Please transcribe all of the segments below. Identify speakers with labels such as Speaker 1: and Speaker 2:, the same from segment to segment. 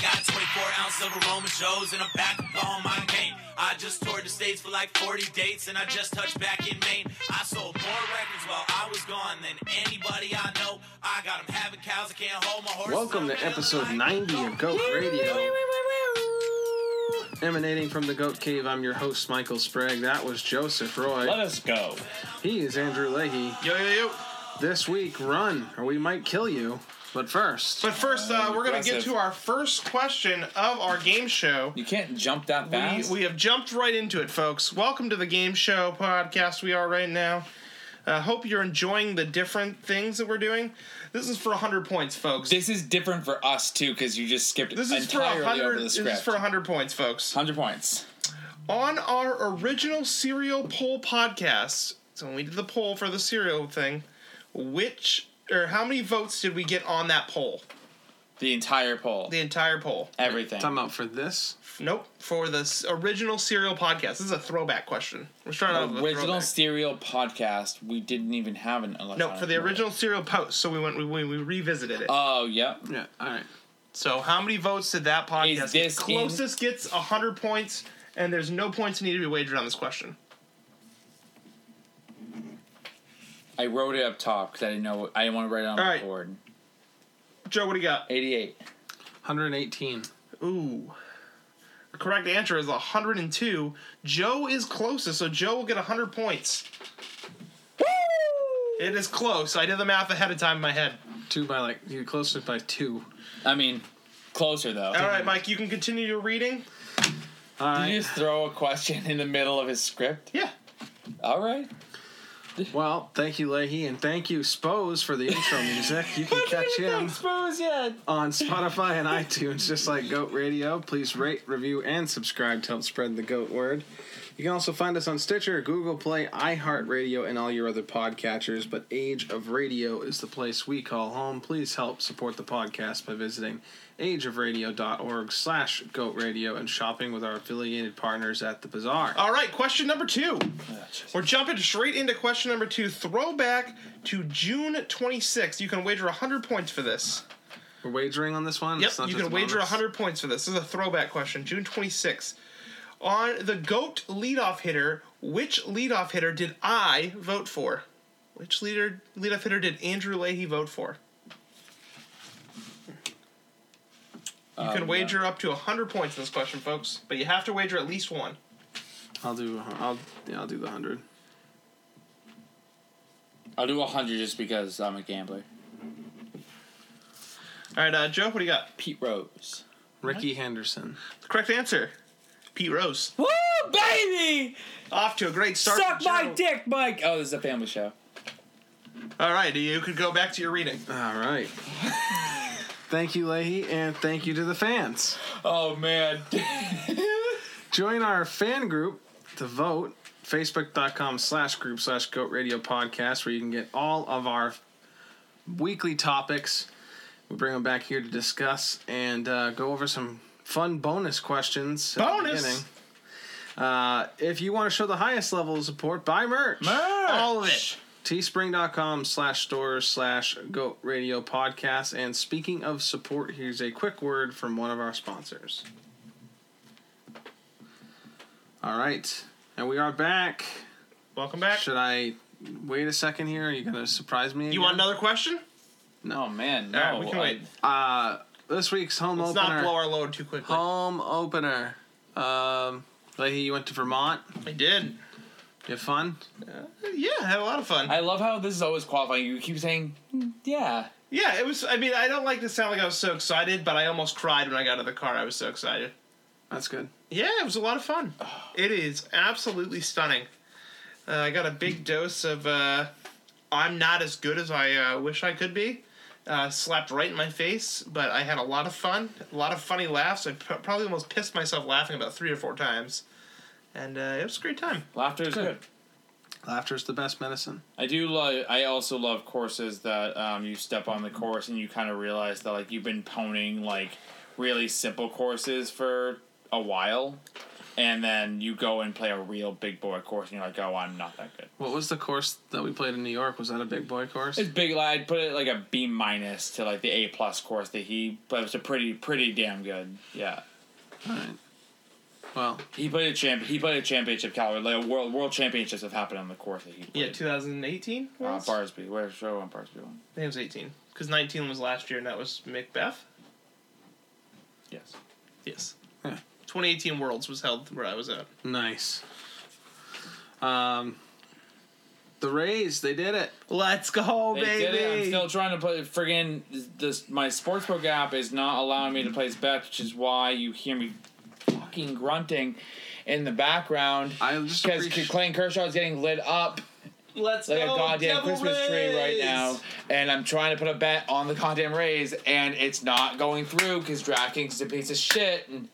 Speaker 1: Four ounces of aroma shows, and I'm back up on my game. I just toured the states for like 40 dates, and I just touched back in Maine. I sold more records while I was gone than anybody I know. I got 'em having cows, I can't hold my horse.
Speaker 2: Welcome to episode 90 of GOAT Radio. Emanating from the GOAT Cave, I'm your host, Michael Sprague. That was Joseph
Speaker 3: Let
Speaker 2: Roy.
Speaker 3: us go.
Speaker 2: He is Andrew Leahy.
Speaker 4: Yo, yo, yo.
Speaker 2: This week, run, or we might kill you. But first,
Speaker 4: But first, uh, we're going to get
Speaker 3: impressive.
Speaker 4: to our first question of our game show.
Speaker 3: You can't jump that
Speaker 4: We,
Speaker 3: fast.
Speaker 4: we have jumped right into it, folks. Welcome to the game show podcast we are right now. uh, hope you're enjoying the different things that we're doing. This is for 100 points, folks.
Speaker 3: this is different for us too, because you just skipped
Speaker 4: This is for
Speaker 3: entirely
Speaker 4: 100
Speaker 3: over the
Speaker 4: This
Speaker 3: script.
Speaker 4: is for 100 points, folks.
Speaker 3: Hundred points.
Speaker 4: On our original cereal poll podcast, so when we did the poll for the cereal thing, which or how many votes did we get on that poll?
Speaker 3: The entire poll.
Speaker 4: The entire poll.
Speaker 3: Everything.
Speaker 2: time out for this.
Speaker 4: Nope. For this original serial podcast. This is a throwback question. We're starting off with a
Speaker 3: original
Speaker 4: throwback.
Speaker 3: serial podcast. We didn't even have an electronic.
Speaker 4: no, for the
Speaker 3: vote.
Speaker 4: original serial post. So we went. We, we, we revisited it.
Speaker 3: Oh yep.
Speaker 2: Yeah, all right.
Speaker 4: so how many votes did that podcast?
Speaker 3: Is this
Speaker 4: get? closest gets hundred points, and there's no points need to be wagered on this question.
Speaker 3: I wrote it up top because I didn't know. I didn't want to write it on
Speaker 4: All
Speaker 3: the
Speaker 4: right.
Speaker 3: board.
Speaker 4: Joe, what do you got?
Speaker 3: Eighty-eight.
Speaker 2: 118.
Speaker 4: Ooh. The correct answer is 102. Joe is closest, so Joe will get 100 points. It is close. I did the math ahead of time in my head.
Speaker 2: Two by like, you're closer by two.
Speaker 3: I mean, closer though.
Speaker 4: All right, Mike, you can continue your reading.
Speaker 2: All
Speaker 3: Did
Speaker 2: right.
Speaker 3: you just throw a question in the middle of his script?
Speaker 4: Yeah.
Speaker 3: All right.
Speaker 2: Well, thank you, Leahy, and thank you, Spose, for the intro music. You can catch him
Speaker 3: Expose yet.
Speaker 2: on Spotify and iTunes, just like Goat Radio. Please rate, review, and subscribe to help spread the goat word. You can also find us on Stitcher, Google Play, iHeartRadio, and all your other podcatchers. But Age of Radio is the place we call home. Please help support the podcast by visiting ageofradio.org slash goat radio and shopping with our affiliated partners at the bazaar.
Speaker 4: All right, question number two. We're jumping straight into question number two. Throwback to June 26th. You can wager 100 points for this.
Speaker 2: We're wagering on this one?
Speaker 4: Yep,
Speaker 2: It's not
Speaker 4: you
Speaker 2: just
Speaker 4: can wager
Speaker 2: bonus?
Speaker 4: 100 points for this. This is a throwback question. June 26th. On the GOAT leadoff hitter, which leadoff hitter did I vote for? Which leader leadoff hitter did Andrew Leahy vote for? You
Speaker 2: Um,
Speaker 4: can wager up to 100 points in this question, folks, but you have to wager at least one.
Speaker 2: I'll do, I'll, yeah, I'll do the 100.
Speaker 3: I'll do hundred just because I'm a gambler.
Speaker 4: All right, uh, Joe, what do you got?
Speaker 3: Pete Rose.
Speaker 2: Ricky Henderson.
Speaker 4: The correct answer Pete Rose.
Speaker 3: Woo, baby!
Speaker 4: Off to a great start.
Speaker 3: Suck
Speaker 4: for Joe.
Speaker 3: my dick, Mike. Oh, this is a family show.
Speaker 4: All right, you could go back to your reading.
Speaker 2: All right. thank you, Leahy, and thank you to the fans.
Speaker 3: Oh man.
Speaker 2: join our fan group to vote facebook.com slash group slash goat radio podcast where you can get all of our weekly topics we bring them back here to discuss and uh, go over some fun bonus questions at the
Speaker 4: Bonus?
Speaker 2: beginning. uh, if you want to show the highest level of support buy merch
Speaker 4: All of it.
Speaker 2: teespring.com slash stores slash goat radio podcast and speaking of support here's a quick word from one of our sponsors all right and we are back
Speaker 4: Welcome back.
Speaker 2: should i wait a second here are you gonna surprise me
Speaker 4: You
Speaker 2: again?
Speaker 4: want another question?
Speaker 3: No Oh, man. No.
Speaker 4: All right, we can
Speaker 3: I-
Speaker 4: wait.
Speaker 2: uh this week's home
Speaker 4: Let's
Speaker 2: opener
Speaker 4: not blow our load too quickly.
Speaker 2: home opener um Leahy, you went to vermont
Speaker 4: I did.
Speaker 2: you have fun
Speaker 4: Yeah, I had a lot of fun.
Speaker 3: I love how this is always qualifying. You keep saying, "Mm, yeah.
Speaker 4: yeah, it was. I mean, I don't like to sound like I was so excited, but I almost cried when I got out of the car. I was so excited.
Speaker 2: that's good
Speaker 4: Yeah, it was a lot of fun. It is absolutely stunning. Uh, I got a big dose of uh, I'm not as good as I uh, wish I could be. Uh, slapped right in my face, but I had a lot of fun, a lot of funny laughs. I p- probably almost pissed myself laughing about three or four times, and uh, it was a great time.
Speaker 3: Laughter is
Speaker 2: Good.
Speaker 3: good.
Speaker 2: laughter's the best medicine
Speaker 3: I do love. I also love courses that um, you step on the course and you kind of realize that like you've been poning like really simple courses for a while, and then you go and play a real big boy course, and you're like, oh, I'm not that good.
Speaker 2: What was the course that we played in New York? Was that a big boy course?
Speaker 3: It's big. like, I'd put it like a B minus to like the A plus course that he, but it was a pretty, pretty damn good. Yeah,
Speaker 2: All right. Well,
Speaker 3: he played a champ. He played a championship caliber. Like a world world championships have happened on the course that he
Speaker 4: Yeah,
Speaker 3: played.
Speaker 4: 2018
Speaker 3: uh,
Speaker 4: was? I
Speaker 3: Barsby. Where show on Barsby one?
Speaker 4: think it was 18. Because 19 was last year, and that was Macbeth.
Speaker 3: Yes.
Speaker 4: Yes.
Speaker 2: Yeah.
Speaker 4: 2018 Worlds was held where I was at.
Speaker 2: nice. Um, the Rays, they did it.
Speaker 4: Let's go,
Speaker 3: They
Speaker 4: baby.
Speaker 3: did it. I'm still trying to play. Friggin' this, my sportsbook app is not allowing me to place bets, which is why you hear me fucking grunting in the background.
Speaker 2: I just
Speaker 3: Because
Speaker 2: appreciate-
Speaker 3: Clayton Kershaw is getting lit up
Speaker 4: Let's
Speaker 3: like
Speaker 4: go.
Speaker 3: a goddamn
Speaker 4: Devil
Speaker 3: Christmas tree right
Speaker 4: Rays.
Speaker 3: now, and I'm trying to put a bet on the goddamn Rays, and it's not going through because DraftKings is a piece of shit, and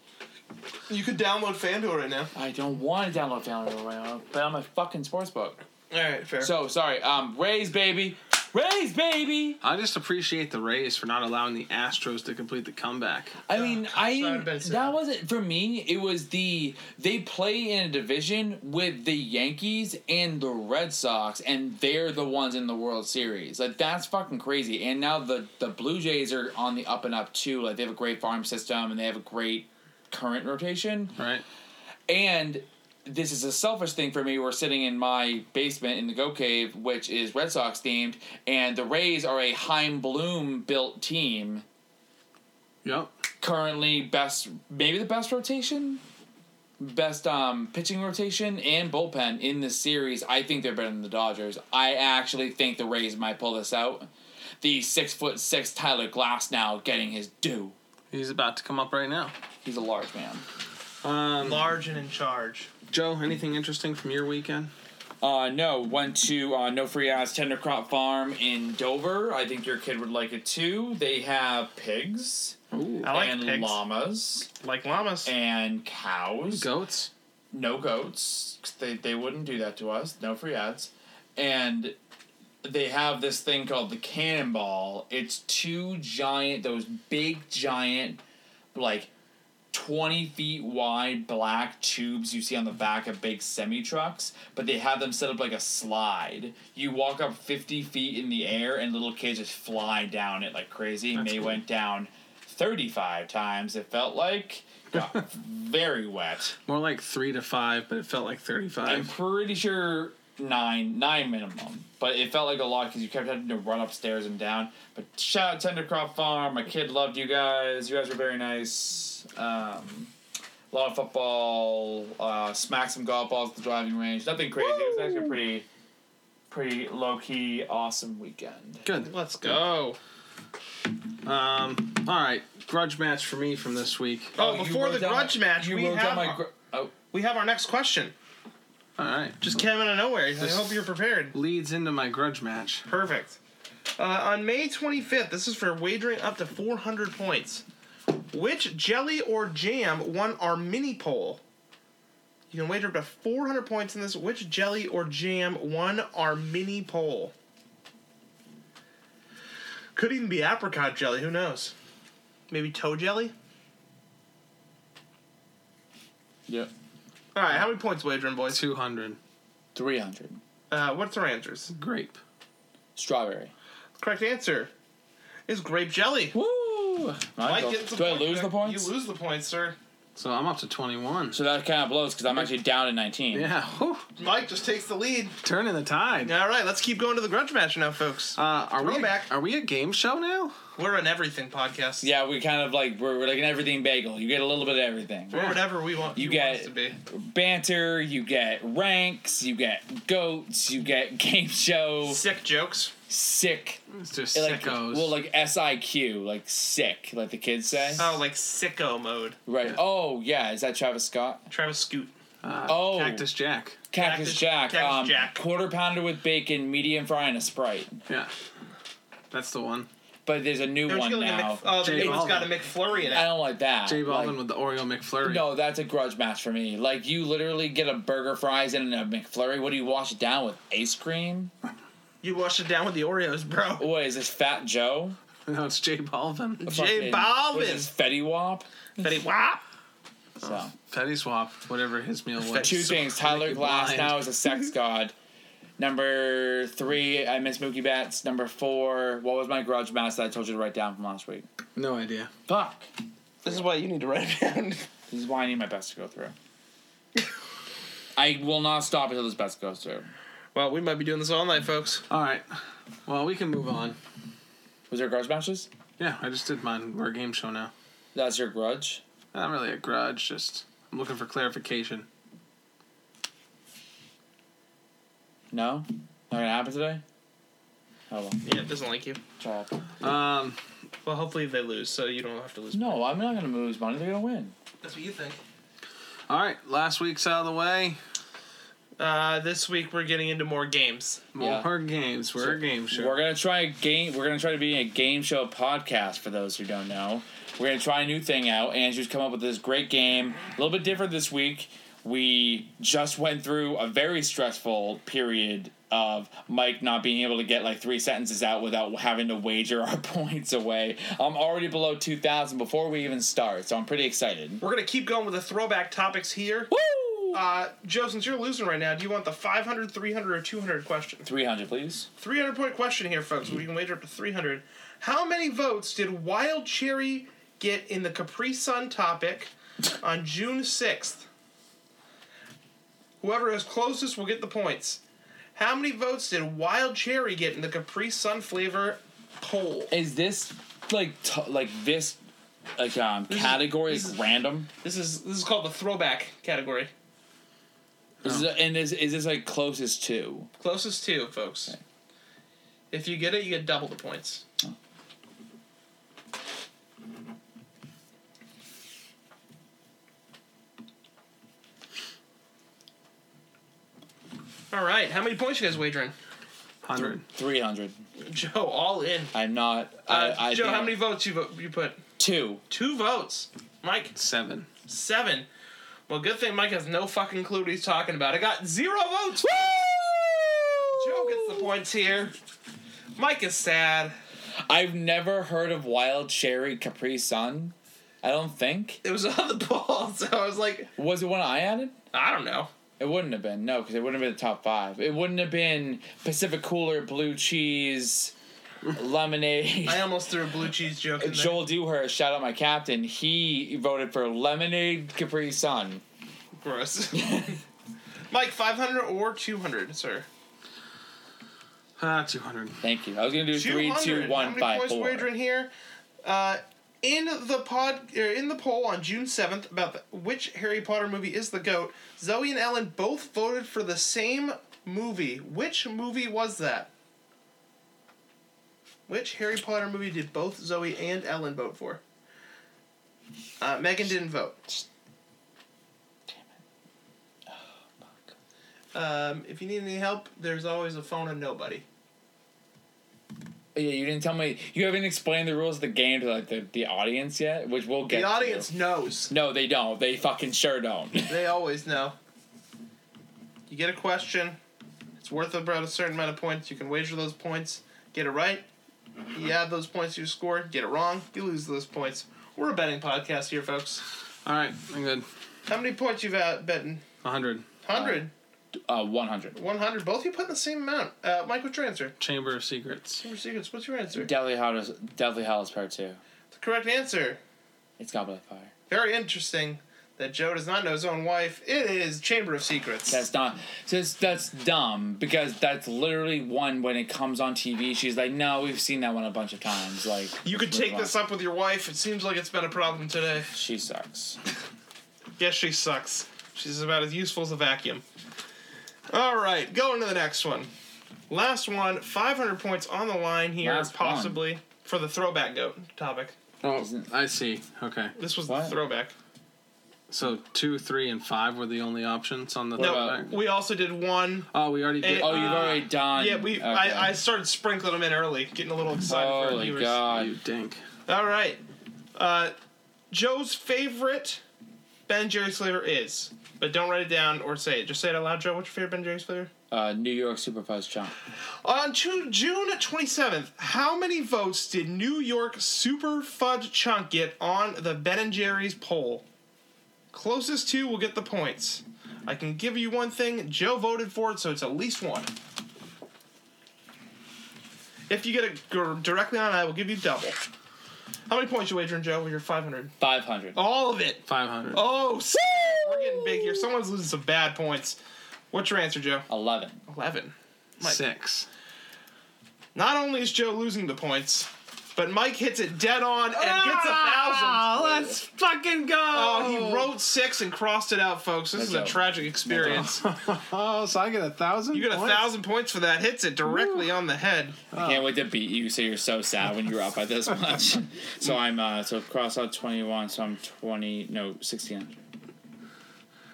Speaker 4: You could download FanDuel right now.
Speaker 3: I don't want to download FanDuel right now. Bet on my fucking sportsbook.
Speaker 4: All right, fair.
Speaker 3: So sorry. Um, Rays baby, Rays baby.
Speaker 2: I just appreciate the Rays for not allowing the Astros to complete the comeback.
Speaker 3: I mean, I
Speaker 4: that
Speaker 3: didn't-
Speaker 4: would've been
Speaker 3: that,
Speaker 4: sad.
Speaker 3: wasn't for me. It was the they play in a division with the Yankees and the Red Sox, and they're the ones in the World Series. Like that's fucking crazy. And now the the Blue Jays are on the up and up too. Like they have a great farm system and they have a great current rotation.
Speaker 2: Right?
Speaker 3: And this is a selfish thing for me. We're sitting in my basement in the Go Cave, which is Red Sox themed, and the Rays are a Heim Bloom built team
Speaker 2: Yep.
Speaker 3: currently best maybe the best rotation best um pitching rotation and bullpen in this series i think they're better than the dodgers i actually think the rays might pull this out the six foot six tyler glass now getting his due
Speaker 2: He's about to come up right now.
Speaker 3: he's a large man
Speaker 2: Um,
Speaker 4: Large and in charge.
Speaker 2: Joe, anything interesting from your weekend?
Speaker 3: uh no went to uh no free ass tender crop farm in dover i think your kid would like it too they have pigs
Speaker 2: Ooh.
Speaker 4: I like
Speaker 3: and
Speaker 4: pigs.
Speaker 3: llamas
Speaker 4: Like llamas.
Speaker 3: and cows
Speaker 2: Goats?
Speaker 3: no goats. 'cause They they wouldn't do that to us. No free ads, and they have this thing called the cannonball. It's two giant, those big giant, like twenty feet wide black tubes you see on the back of big semi trucks. But they have them set up like a slide. You walk up fifty feet in the air, and little kids just fly down it like crazy. and they went down thirty five times. It felt like. Got very wet.
Speaker 2: More like three to five, but it felt like
Speaker 3: I'm
Speaker 2: 35.
Speaker 3: pretty sure nine, nine minimum. But it felt like a lot because you kept having to run upstairs and down. But shout out Tendercroft Farm. My kid loved you guys. You guys were very nice. Um, a lot of football. Uh, smacked some golf balls at the driving range. Nothing crazy. It was actually a pretty, pretty low key, awesome weekend.
Speaker 2: Good.
Speaker 4: Let's go. Oh,
Speaker 2: Um, all right. Grudge match for me from this week.
Speaker 4: Oh,
Speaker 3: you
Speaker 4: before
Speaker 3: wrote
Speaker 4: the
Speaker 3: down
Speaker 4: grudge
Speaker 3: my-
Speaker 4: match,
Speaker 3: you
Speaker 4: we
Speaker 3: wrote down
Speaker 4: have,
Speaker 3: my gr- oh,
Speaker 4: we have our next question.
Speaker 2: All right.
Speaker 4: Just came out of nowhere. I
Speaker 2: This-
Speaker 4: hope you're prepared.
Speaker 2: Leads into my grudge match.
Speaker 4: Perfect. Uh, on May 25th, this is for wagering up to 400 points. Which jelly or jam won our mini poll? You can wager up to 400 points in this. Which jelly or jam won our mini poll? Could even be apricot jelly. Who knows? Maybe toe jelly.
Speaker 3: yeah.
Speaker 4: All right. How many points wagering, boys?
Speaker 2: 200.
Speaker 3: 300.
Speaker 4: Uh, what's our answers?
Speaker 2: Grape.
Speaker 3: Strawberry.
Speaker 4: Correct answer is grape jelly.
Speaker 3: Woo!
Speaker 4: Mike gets the
Speaker 3: Do I
Speaker 4: point.
Speaker 3: lose the points?
Speaker 4: You lose the points, sir.
Speaker 2: So I'm up to 21.
Speaker 3: So that kind of blows because I'm actually down to 19.
Speaker 2: Yeah. Whew.
Speaker 4: Mike just takes the lead.
Speaker 2: Turning the tide.
Speaker 4: All right, let's keep going to the grudge match now, folks.
Speaker 2: Uh, are we
Speaker 4: Throwback.
Speaker 2: are we a game show now?
Speaker 4: We're an everything podcast.
Speaker 3: Yeah, we kind of like we're, we're like an everything bagel. You get a little bit of everything.
Speaker 4: We're whatever we want.
Speaker 3: You
Speaker 4: you want
Speaker 3: get-
Speaker 4: us to be.
Speaker 3: Banter, you get ranks, you get goats, you get game show,
Speaker 4: Sick jokes.
Speaker 3: sick,
Speaker 2: It's just
Speaker 3: like
Speaker 2: sickos.
Speaker 3: well like S I Q, like sick, like the kids say.
Speaker 4: Oh, like sicko mode.
Speaker 3: right. Oh yeah, is that Travis Scott?
Speaker 4: Travis Scoot.
Speaker 2: uh,
Speaker 3: oh.
Speaker 2: Cactus Jack.
Speaker 3: Cactus,
Speaker 4: Cactus-
Speaker 3: Jack,
Speaker 4: Cactus
Speaker 3: um,
Speaker 4: Jack.
Speaker 3: quarter pounder with bacon, medium fry, and a sprite.
Speaker 2: Yeah, that's the one.
Speaker 3: But there's a new
Speaker 4: They're just
Speaker 3: one
Speaker 4: gonna get
Speaker 3: now.
Speaker 4: Mc, oh, the
Speaker 2: Jay
Speaker 4: new one's got a
Speaker 2: Balvin.
Speaker 4: McFlurry in
Speaker 3: I
Speaker 5: Uh,
Speaker 4: it.
Speaker 3: don't like that.
Speaker 2: Jay Balvin
Speaker 3: Like,
Speaker 2: with the Oreo McFlurry.
Speaker 3: No, that's a grudge match for me. Like you literally get a burger, fries, and a McFlurry. What do you wash it down with? Ice cream?
Speaker 4: You wash it down with the Oreos, bro.
Speaker 3: What is this, Fat Joe?
Speaker 2: no, it's Jay Balvin.
Speaker 3: Fucking-
Speaker 4: Jay
Speaker 3: What is
Speaker 4: Balvin.
Speaker 3: this, Fetty Wap?
Speaker 4: Fetty Wap.
Speaker 3: So
Speaker 2: Petty swap, whatever his meal was.
Speaker 3: two things: Tyler
Speaker 2: You're
Speaker 3: Glass
Speaker 2: blind.
Speaker 3: now is a sex god. Number three, I miss Mookie Betts. Number four, what was my grudge match that I told you to write down from last week?
Speaker 2: No idea.
Speaker 3: Fuck.
Speaker 5: This is why you need to write it down.
Speaker 3: This is why I need my best to go through. I will not stop until this best goes through.
Speaker 4: Well, we might be doing this all night, folks.
Speaker 2: All right. Well, we can move on.
Speaker 3: Was there grudge matches?
Speaker 2: Yeah, I just did mine. We're a game show now.
Speaker 3: That's your grudge.
Speaker 2: Not really a grudge. Just I'm looking for clarification.
Speaker 3: No, not gonna happen today. Oh well,
Speaker 4: Yeah, it doesn't like you.
Speaker 3: try it.
Speaker 2: Um,
Speaker 4: Well, hopefully they lose, so you don't have to lose.
Speaker 3: No, I'm not gonna lose money. They're gonna win.
Speaker 4: That's what you think.
Speaker 2: all right. Last week's out of the way.
Speaker 4: Uh, this week we're getting into more games.
Speaker 3: Yeah.
Speaker 2: More games. We're a game show.
Speaker 3: We're gonna try a game. We're gonna try to be a game show podcast. For those who don't know, we're gonna try a new thing out. Andrew's come up with this great game, a little bit different this week. We just went through a very stressful period of Mike not being able to get like three sentences out without having to wager our points away. I'm already below two thousand before we even start, so I'm pretty excited.
Speaker 4: We're gonna keep going with the throwback topics here.
Speaker 3: Woo!
Speaker 4: Uh, Joe, since you're losing right now, do you want the 500, 300, or 200 question?
Speaker 3: Three hundred, please.
Speaker 4: 300 point question here, folks. We can wager up to 300. How many votes did Wild Cherry get in the Capri Sun topic on June 6th? Whoever is closest will get the points. How many votes did Wild Cherry get in the Capri Sun flavor poll?
Speaker 3: Is this like t- like this like um category like random?
Speaker 4: This is this is called the throwback category.
Speaker 3: Is this, and is is this like closest to?
Speaker 4: Closest to, folks. If you get it, you get double the points.
Speaker 3: Oh.
Speaker 4: All right, how many points you guys wagering?
Speaker 2: Hundred.
Speaker 3: Three hundred.
Speaker 4: Joe, all in.
Speaker 3: I'm not.
Speaker 4: Uh,
Speaker 3: I, I
Speaker 4: Joe,
Speaker 3: think
Speaker 4: how
Speaker 3: I'm-
Speaker 4: many votes you vote, you put?
Speaker 3: Two.
Speaker 4: Two votes. Mike,
Speaker 2: Seven.
Speaker 4: seven. Well, good thing Mike has no fucking clue what he's talking about. I got zero votes. Joe gets the points here. Mike is sad.
Speaker 3: I've never heard of wild cherry Capri Sun. I don't think.
Speaker 4: It was on the ball, so I was like,
Speaker 3: Was it one I added?
Speaker 4: I don't know.
Speaker 3: It wouldn't have been no, because it wouldn't have been the top five. It wouldn't have been Pacific Cooler, blue cheese, lemonade.
Speaker 4: I almost threw a blue cheese joke in there.
Speaker 3: Joel Dewhurst, shout out my captain. He voted for lemonade Capri Sun.
Speaker 4: Gross. Mike, 500 or 200, sir?
Speaker 2: Ah, two hundred.
Speaker 3: Thank you. I was gonna do three, two,
Speaker 4: How
Speaker 3: one,
Speaker 4: many
Speaker 3: five,
Speaker 4: points
Speaker 3: four.
Speaker 4: wagering here? Uh, in the pod, er, in the poll on June 7th about the, which Harry Potter movie is the GOAT, Zoe and Ellen both voted for the same movie. Which movie was that? Which Harry Potter movie did both Zoe and Ellen vote for? Uh, Megan didn't vote. Um, if you need any help, there's always a phone and nobody.
Speaker 3: Yeah, you didn't tell me. You haven't explained the rules of the game to like the, the audience yet, which we'll get. to.
Speaker 4: The audience knows.
Speaker 3: No, they don't. They fucking sure don't.
Speaker 4: They always know. You get a question. It's worth about a certain amount of points. You can wager those points. Get it right. You add those points to your score. Get it wrong. You lose those points. We're a betting podcast here, folks.
Speaker 2: All right. I'm good.
Speaker 4: How many points you've out betting?
Speaker 2: hundred.
Speaker 4: 100,
Speaker 3: uh, one hundred.
Speaker 4: 100. Both of you put in the same amount. Uh, Mike, what's your answer?
Speaker 2: Chamber of Secrets.
Speaker 4: Super Secrets, what's your answer?
Speaker 3: Deadly Hallows. Deadly Hallows Part Two.
Speaker 4: The correct answer.
Speaker 3: It's Goblet of Fire.
Speaker 4: Very interesting that Joe does not know his own wife. It is Chamber of Secrets.
Speaker 3: That's not. That's that's dumb because that's literally one when it comes on TV. She's like, no, we've seen that one a bunch of times. Like
Speaker 4: you could take this up with your wife. It seems like it's been a problem today.
Speaker 3: She sucks.
Speaker 4: Yes, she sucks. She's about as useful as a vacuum. All right, going to the next one. Last one, 500 points on the line here,
Speaker 3: Last one.
Speaker 4: possibly for the throwback goat topic.
Speaker 2: Oh, I see. Okay.
Speaker 4: This was the
Speaker 3: What?
Speaker 4: throwback.
Speaker 2: So two, three, and five were the only options on the.
Speaker 4: No,
Speaker 2: throwback?
Speaker 4: we also did one.
Speaker 2: Oh, we already did.
Speaker 4: Eh,
Speaker 3: Oh, you've
Speaker 4: Uh,
Speaker 3: already done.
Speaker 4: yeah, we.
Speaker 3: Okay.
Speaker 4: I, I started sprinkling them in early, getting a little excited for our
Speaker 3: Holy
Speaker 4: viewers.
Speaker 3: God!
Speaker 2: you dink.
Speaker 4: All right, uh, Joe's favorite Ben Jerry's flavor is, but don't write it down or say it. Just say it out loud, Joe. What's your favorite Ben Jerry's flavor?
Speaker 3: Uh, New York Supervised Chomp.
Speaker 4: On Ju- June 27th, how many votes did New York Super Fudge Chunk get on the Ben and Jerry's poll? Closest to will get the points. I can give you one thing. Joe voted for it, so it's at least one. If you get it gr- directly on, I will give you double. How many points you wagering, Joe? You're 500.
Speaker 3: 500.
Speaker 4: All of it.
Speaker 2: 500.
Speaker 4: Oh, s- we're getting big here. Someone's losing some bad points. What's your answer, Joe?
Speaker 3: 11.
Speaker 4: 11. Mike.
Speaker 2: Six.
Speaker 4: Not only is Joe losing the points, but Mike hits it dead on and gets a thousand.
Speaker 2: Ah, let's fucking go!
Speaker 4: Oh, he wrote six and crossed it out, folks. This
Speaker 3: No
Speaker 4: is
Speaker 3: joke.
Speaker 4: a tragic experience.
Speaker 2: Oh, so I get a thousand.
Speaker 4: You get a
Speaker 2: points?
Speaker 4: thousand points for that. Hits it directly on the head.
Speaker 3: I can't wait to beat you. So you're so sad when you're up by this much. so I'm uh so cross out 21. So I'm 20. No, 16.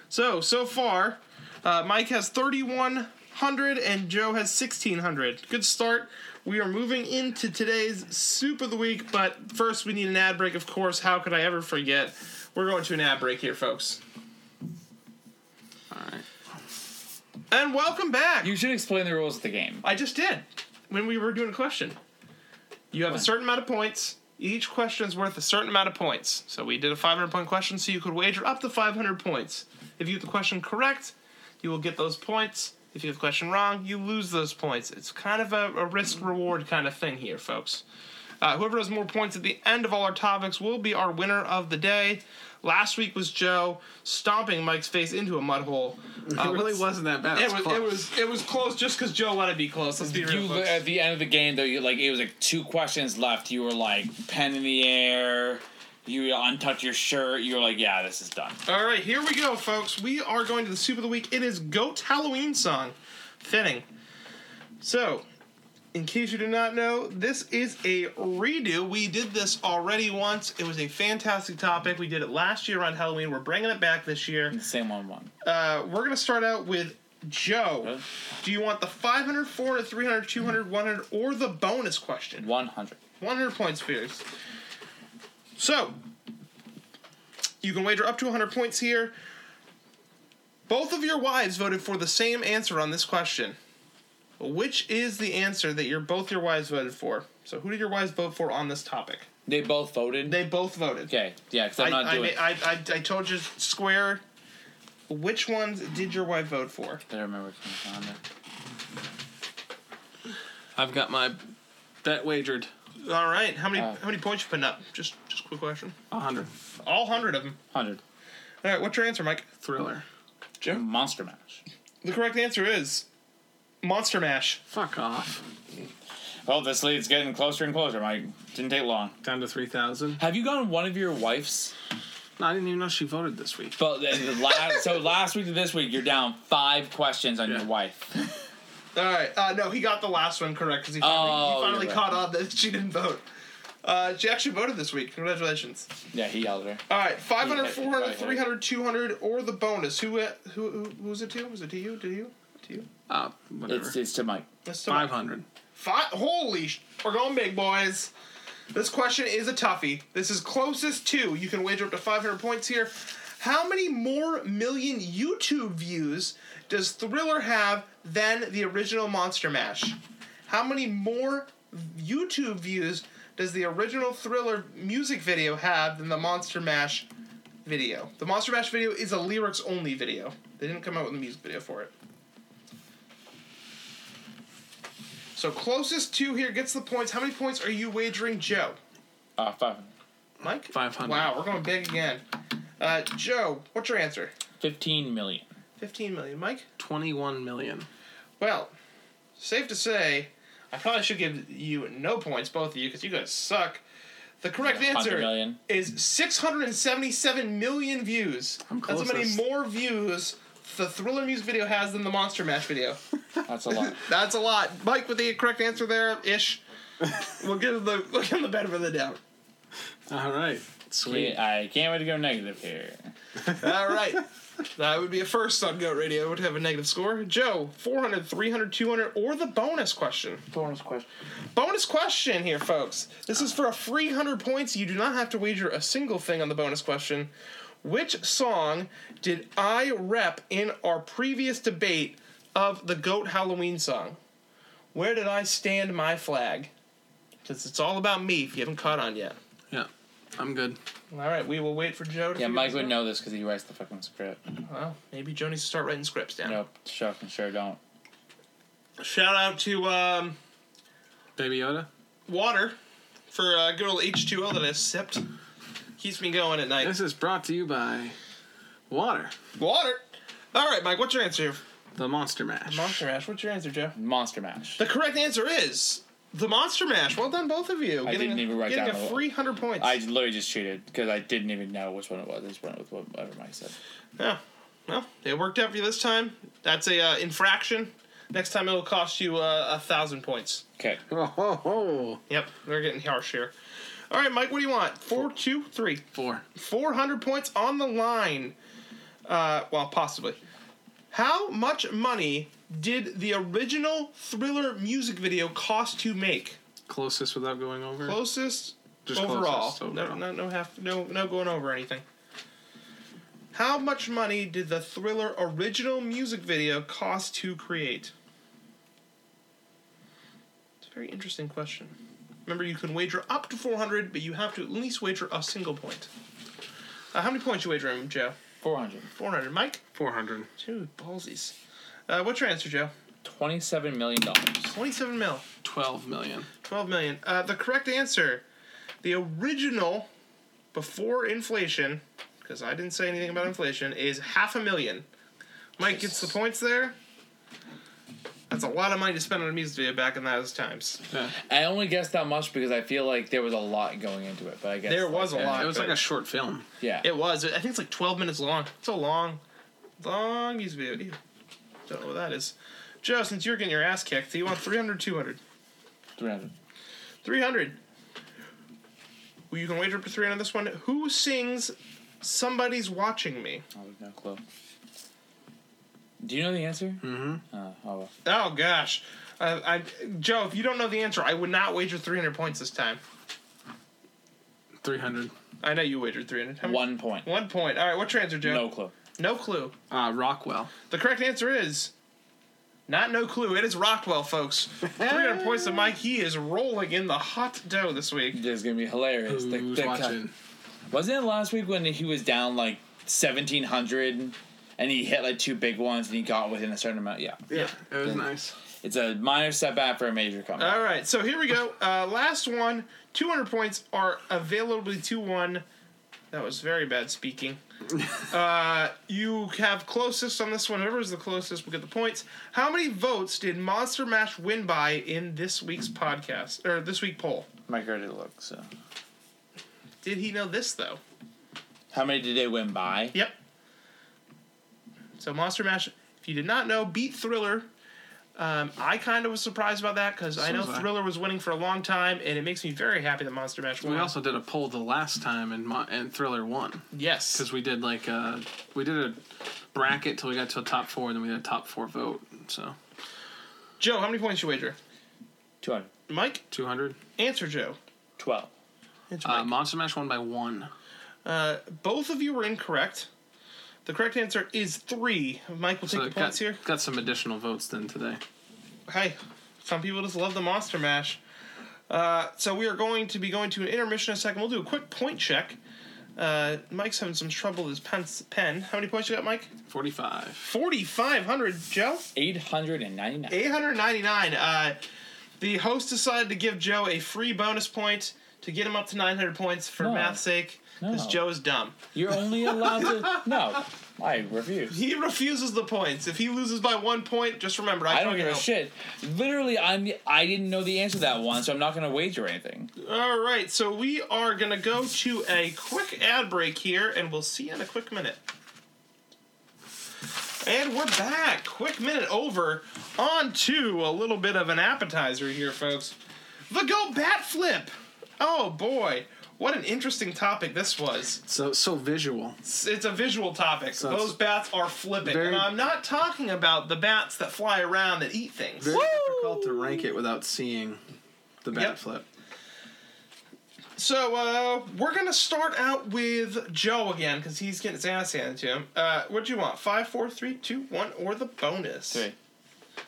Speaker 4: So so far, uh, Mike has thirty one hundred and Joe has sixteen hundred. Good start. We are moving into today's soup of the week, but first we need an ad break. Of course, how could I ever forget? We're going to an ad break here, folks.
Speaker 2: All right.
Speaker 4: And welcome back.
Speaker 3: You should explain the rules of the game.
Speaker 4: I just did when we were doing a question. You have a certain amount of points. Each question is worth a certain amount of points. So we did a 500 point question, so you could wager up to 500 points. If you get the question correct, you will get those points. If you have the question wrong, you lose those points. It's kind of a, a risk reward kind of thing here, folks. Uh, whoever has more points at the end of all our topics will be our winner of the day. Last week was Joe stomping Mike's face into a mud hole. Uh,
Speaker 2: it really
Speaker 4: let's-
Speaker 2: wasn't that bad.
Speaker 4: It was, it
Speaker 2: close.
Speaker 4: was it was close just because Joe wanted to be close. Let's be real.
Speaker 3: You
Speaker 4: folks.
Speaker 3: at the end of the game though, you like it was like two questions left. You were like pen in the air. You untucked your shirt. You were like, yeah, this is done.
Speaker 4: All right, here we go, folks. We are going to the soup of the week. It is Goat Halloween song. Fitting. So, in case you do not know, this is a redo. We did this already once. It was a fantastic topic. We did it last year around Halloween. We're bringing it back this year.
Speaker 3: Same one one.
Speaker 4: Uh, we're going to start out with Joe. Do you want the 500, 400, 300, 200, 100, or the bonus question?
Speaker 3: One hundred.
Speaker 4: 100 points, Felix. So, you can wager up to 100 points here. Both of your wives voted for the same answer on this question. Which is the answer that your both your wives voted for? So, who did your wives vote for on this topic?
Speaker 3: They both voted.
Speaker 4: They both voted.
Speaker 3: okay. Yeah, because
Speaker 4: I,
Speaker 3: I'm not
Speaker 4: I,
Speaker 3: doing.
Speaker 4: ma- I, I, I told you square. Which ones did your wife vote for?
Speaker 3: I remember it's on there.
Speaker 2: I've got my bet wagered.
Speaker 4: All right. How many
Speaker 3: Uh,
Speaker 4: how many points you putting up? Just just quick question.
Speaker 2: A hundred.
Speaker 4: All hundred of them.
Speaker 3: Hundred.
Speaker 4: All right. What's your answer, Mike?
Speaker 2: Thriller.
Speaker 3: Monster Mash.
Speaker 4: The correct answer is Monster Mash.
Speaker 2: Fuck off.
Speaker 3: Well, Oh, this lead's getting closer and closer, Mike. Didn't take long.
Speaker 2: Down to three thousand.
Speaker 3: Have you gotten one of your wife's?
Speaker 2: No, I didn't even know she voted this week.
Speaker 3: But the, the last, so last week to this week, you're down five questions on
Speaker 2: Yeah.
Speaker 3: your wife.
Speaker 4: All right. Uh, no, he got the last one correct because he finally,
Speaker 3: Oh,
Speaker 4: he finally
Speaker 3: you're right.
Speaker 4: caught on that she didn't vote. Uh, she actually voted this week. Congratulations.
Speaker 3: Yeah, he yelled at her.
Speaker 4: All right, 500,
Speaker 3: Yeah,
Speaker 4: 400,
Speaker 3: right,
Speaker 4: 300, 200, or the bonus. Who, uh, who, who, who was it to? Was it to you? To you? To you?
Speaker 2: Oh, whatever.
Speaker 3: It's, it's to Mike.
Speaker 4: That's to
Speaker 2: Five hundred.
Speaker 4: Five. Holy, sh- we're going big, boys. This question is a toughie. This is closest to. You can wager up to 500 points here. How many more million YouTube views does Thriller have than the original Monster Mash? How many more YouTube views does the original Thriller music video have than the Monster Mash video? The Monster Mash video is a lyrics only video. They didn't come out with a music video for it. So closest to here gets the points. How many points are you wagering, Joe?
Speaker 3: Uh, five.
Speaker 4: Mike?
Speaker 2: 500.
Speaker 4: Wow, we're going big again. Uh, Joe, what's your answer?
Speaker 3: 15 million.
Speaker 4: 15 million. Mike?
Speaker 2: Twenty-one million.
Speaker 4: Well, safe to say, I probably should give you no points, both of you, because you guys suck. The correct
Speaker 3: 100
Speaker 4: answer
Speaker 3: million.
Speaker 4: is 677 million views.
Speaker 2: I'm
Speaker 4: That's how many
Speaker 2: closest.
Speaker 4: more views the Thriller Music video has than the Monster Mash video.
Speaker 3: That's a lot.
Speaker 4: That's a lot. Mike with the correct answer there, ish. we'll give him the, we'll give him the benefit of the doubt.
Speaker 2: All right. Sweet.
Speaker 3: Yeah, I can't wait to go negative here.
Speaker 4: All right. That would be a first on Goat Radio to have a negative score. Joe, 400, 300, 200, or the bonus question.
Speaker 5: Bonus question.
Speaker 4: Bonus question here, folks. This is for a free 100 points. You do not have to wager a single thing on the bonus question. Which song did I rep in our previous debate of the Goat Halloween song? Where did I stand my flag? Because it's all about me if you haven't caught on yet.
Speaker 2: Yeah. I'm good.
Speaker 4: All right, we will wait for Joe. To
Speaker 3: Yeah,
Speaker 4: figure
Speaker 3: Mike
Speaker 4: this
Speaker 3: would
Speaker 4: out.
Speaker 3: know this because he writes the fucking script.
Speaker 4: Well, maybe Joe needs to start writing scripts down.
Speaker 3: Nope, shuck and sure don't.
Speaker 4: Shout out to um,
Speaker 2: Baby Yoda?
Speaker 4: water for uh, good old H two O that I sipped. Keeps me going at night.
Speaker 2: This is brought to you by Water,
Speaker 4: Water. All right, Mike. What's your answer?
Speaker 2: the Monster Mash.
Speaker 4: Monster Mash. What's your answer, Joe?
Speaker 3: Monster Mash.
Speaker 4: The correct answer is the Monster Mash. Well done, both of you.
Speaker 3: I didn't
Speaker 4: a,
Speaker 3: even write
Speaker 4: getting
Speaker 3: down
Speaker 4: a
Speaker 3: the-
Speaker 4: free hundred points.
Speaker 3: I literally just cheated because I didn't even know which one it was. I just went with whatever Mike said.
Speaker 4: Yeah. Well, it worked out for you this time. That's a uh, infraction. Next time it'll cost you uh, a thousand points.
Speaker 3: Okay.
Speaker 2: Whoa, whoa, whoa.
Speaker 4: Yep, they're getting harsh here. All right, Mike. What do you want? Four, two, three.
Speaker 2: Four.
Speaker 4: 400 points on the line. Uh, well, possibly. How much money did the original Thriller music video cost to make?
Speaker 2: Closest without going over?
Speaker 4: Closest
Speaker 2: Just
Speaker 4: overall.
Speaker 2: closest overall.
Speaker 4: No, no, no, half, no, no going over anything. How much money did the Thriller original music video cost to create? It's a very interesting question. Remember, you can wager up to 400, but you have to at least wager a single point. Uh, how many points you wagering, Joe?
Speaker 3: 400.
Speaker 4: 400. Mike?
Speaker 2: 400.
Speaker 4: Two ballsies. Uh, what's your answer, Joe?
Speaker 3: $27 million.
Speaker 4: 27 mil.
Speaker 2: 12 million.
Speaker 4: 12 million. Uh, the correct answer, the original before inflation, because I didn't say anything about inflation, is half a million. Mike gets the points there. That's a lot of money to spend on a music video back in those times.
Speaker 2: Yeah.
Speaker 3: I only guessed that much because I feel like there was a lot going into it, but I guess.
Speaker 4: There was a
Speaker 3: yeah,
Speaker 4: lot.
Speaker 2: It was like a short film.
Speaker 3: Yeah.
Speaker 4: It was. I think it's like 12 minutes long. It's a long, long music video. Don't know what that is. Joe, since you're getting your ass kicked, do you want 300, 200?
Speaker 3: 300.
Speaker 4: 300. Well, you can wager up to 300 on this one. Who sings Somebody's Watching Me?
Speaker 3: I have no clue. Do you know the answer?
Speaker 2: Mm-hmm.
Speaker 3: Uh, oh, well.
Speaker 4: Oh, gosh. Uh, I, Joe, if you don't know the answer, I would not wager 300 points this time.
Speaker 2: 300.
Speaker 4: I know you wagered 300. How many-
Speaker 3: One point.
Speaker 4: One point. All right, what's your answer, Joe?
Speaker 3: No clue.
Speaker 4: No clue.
Speaker 2: Uh, Rockwell.
Speaker 4: The correct answer is not no clue. It is Rockwell, folks. 300 points to Mike. He is rolling in the hot dough this week.
Speaker 3: This is going to be hilarious. The-
Speaker 2: Who's
Speaker 3: the-
Speaker 2: watching?
Speaker 3: Wasn't it last week when he was down like 1700 and he hit like two big ones and he got within a certain amount? Yeah.
Speaker 2: Yeah, it was
Speaker 3: Yeah.
Speaker 2: nice.
Speaker 3: It's a minor setback for a major comeback.
Speaker 4: All right, so here we go. Uh, last one. 200 points are available to one. That was very bad speaking. Uh, you have closest on this one. Whoever's the closest will get the points. How many votes did Monster Mash win by in this week's podcast or this week poll?
Speaker 3: Mike already looked, so.
Speaker 4: Did he know this though?
Speaker 3: How many did they win by?
Speaker 4: Yep. So Monster Mash, if you did not know, beat Thriller. Um, I kind of was surprised about that because I
Speaker 2: So
Speaker 4: know
Speaker 2: was I.
Speaker 4: Thriller was winning for a long time, and it makes me very happy that Monster Mash won.
Speaker 2: We also did a poll the last time, and, Mo- and Thriller won.
Speaker 4: yes,
Speaker 2: Because we did like a, we did a bracket till we got to a top four, and then we had a top four vote. So
Speaker 4: Joe, how many points you wager?
Speaker 3: 212.
Speaker 4: Mike,
Speaker 2: 200.
Speaker 4: answer Joe. Answer
Speaker 2: Uh,
Speaker 4: Mike.
Speaker 2: Monster Mash won by one.
Speaker 4: Uh, both of you were incorrect. The correct answer is three. Mike will take
Speaker 2: So
Speaker 4: the
Speaker 2: it got,
Speaker 4: points here.
Speaker 2: got some additional votes then today.
Speaker 4: hey, some people just love the Monster Mash. Uh, so we are going to be going to an intermission in a second. We'll do a quick point check. Uh, Mike's having some trouble with his pen. pen. How many points you got, Mike?
Speaker 2: 45.
Speaker 4: 4,500, Joe.
Speaker 3: 899.
Speaker 4: 899. Uh, the host decided to give Joe a free bonus point to get him up to 900 points for
Speaker 3: No.
Speaker 4: math's sake because
Speaker 3: No.
Speaker 4: Joe is dumb.
Speaker 3: You're only allowed to. No. I refuse.
Speaker 4: He refuses the points. If he loses by one point, just remember, I,
Speaker 3: I don't
Speaker 4: fucking
Speaker 3: give a
Speaker 4: help.
Speaker 3: shit. Literally, I'm. I didn't know the answer to that one, so I'm not gonna wager anything.
Speaker 4: All right, so we are going to go to a quick ad break here, and we'll see you in a quick minute. And we're back. Quick minute over. On to a little bit of an appetizer here, folks. The Go Bat Flip. Oh, boy. What an interesting topic this was.
Speaker 2: So so visual.
Speaker 4: It's, it's a visual topic.
Speaker 2: So it's
Speaker 4: Those bats are flipping.
Speaker 2: very-
Speaker 4: and I'm not talking about the bats that fly around and eat things.
Speaker 2: Very difficult to rank it without seeing the bat
Speaker 4: Yep.
Speaker 2: flip.
Speaker 4: So uh, we're gonna start out with Joe again because he's getting his ass handed to him. Uh, what do you want? Five, four, three, two, one, or the bonus?
Speaker 3: Three.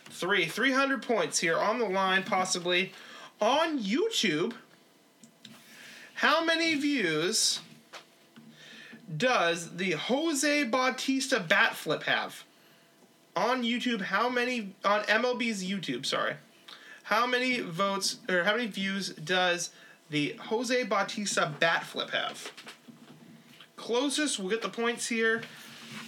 Speaker 4: Three. Three hundred points here on the line, possibly on YouTube. How many views does the Jose Bautista bat flip have on YouTube? How many on MLB's YouTube? Sorry, how many votes or how many views does the Jose Bautista bat flip have? Closest, we'll get the points here.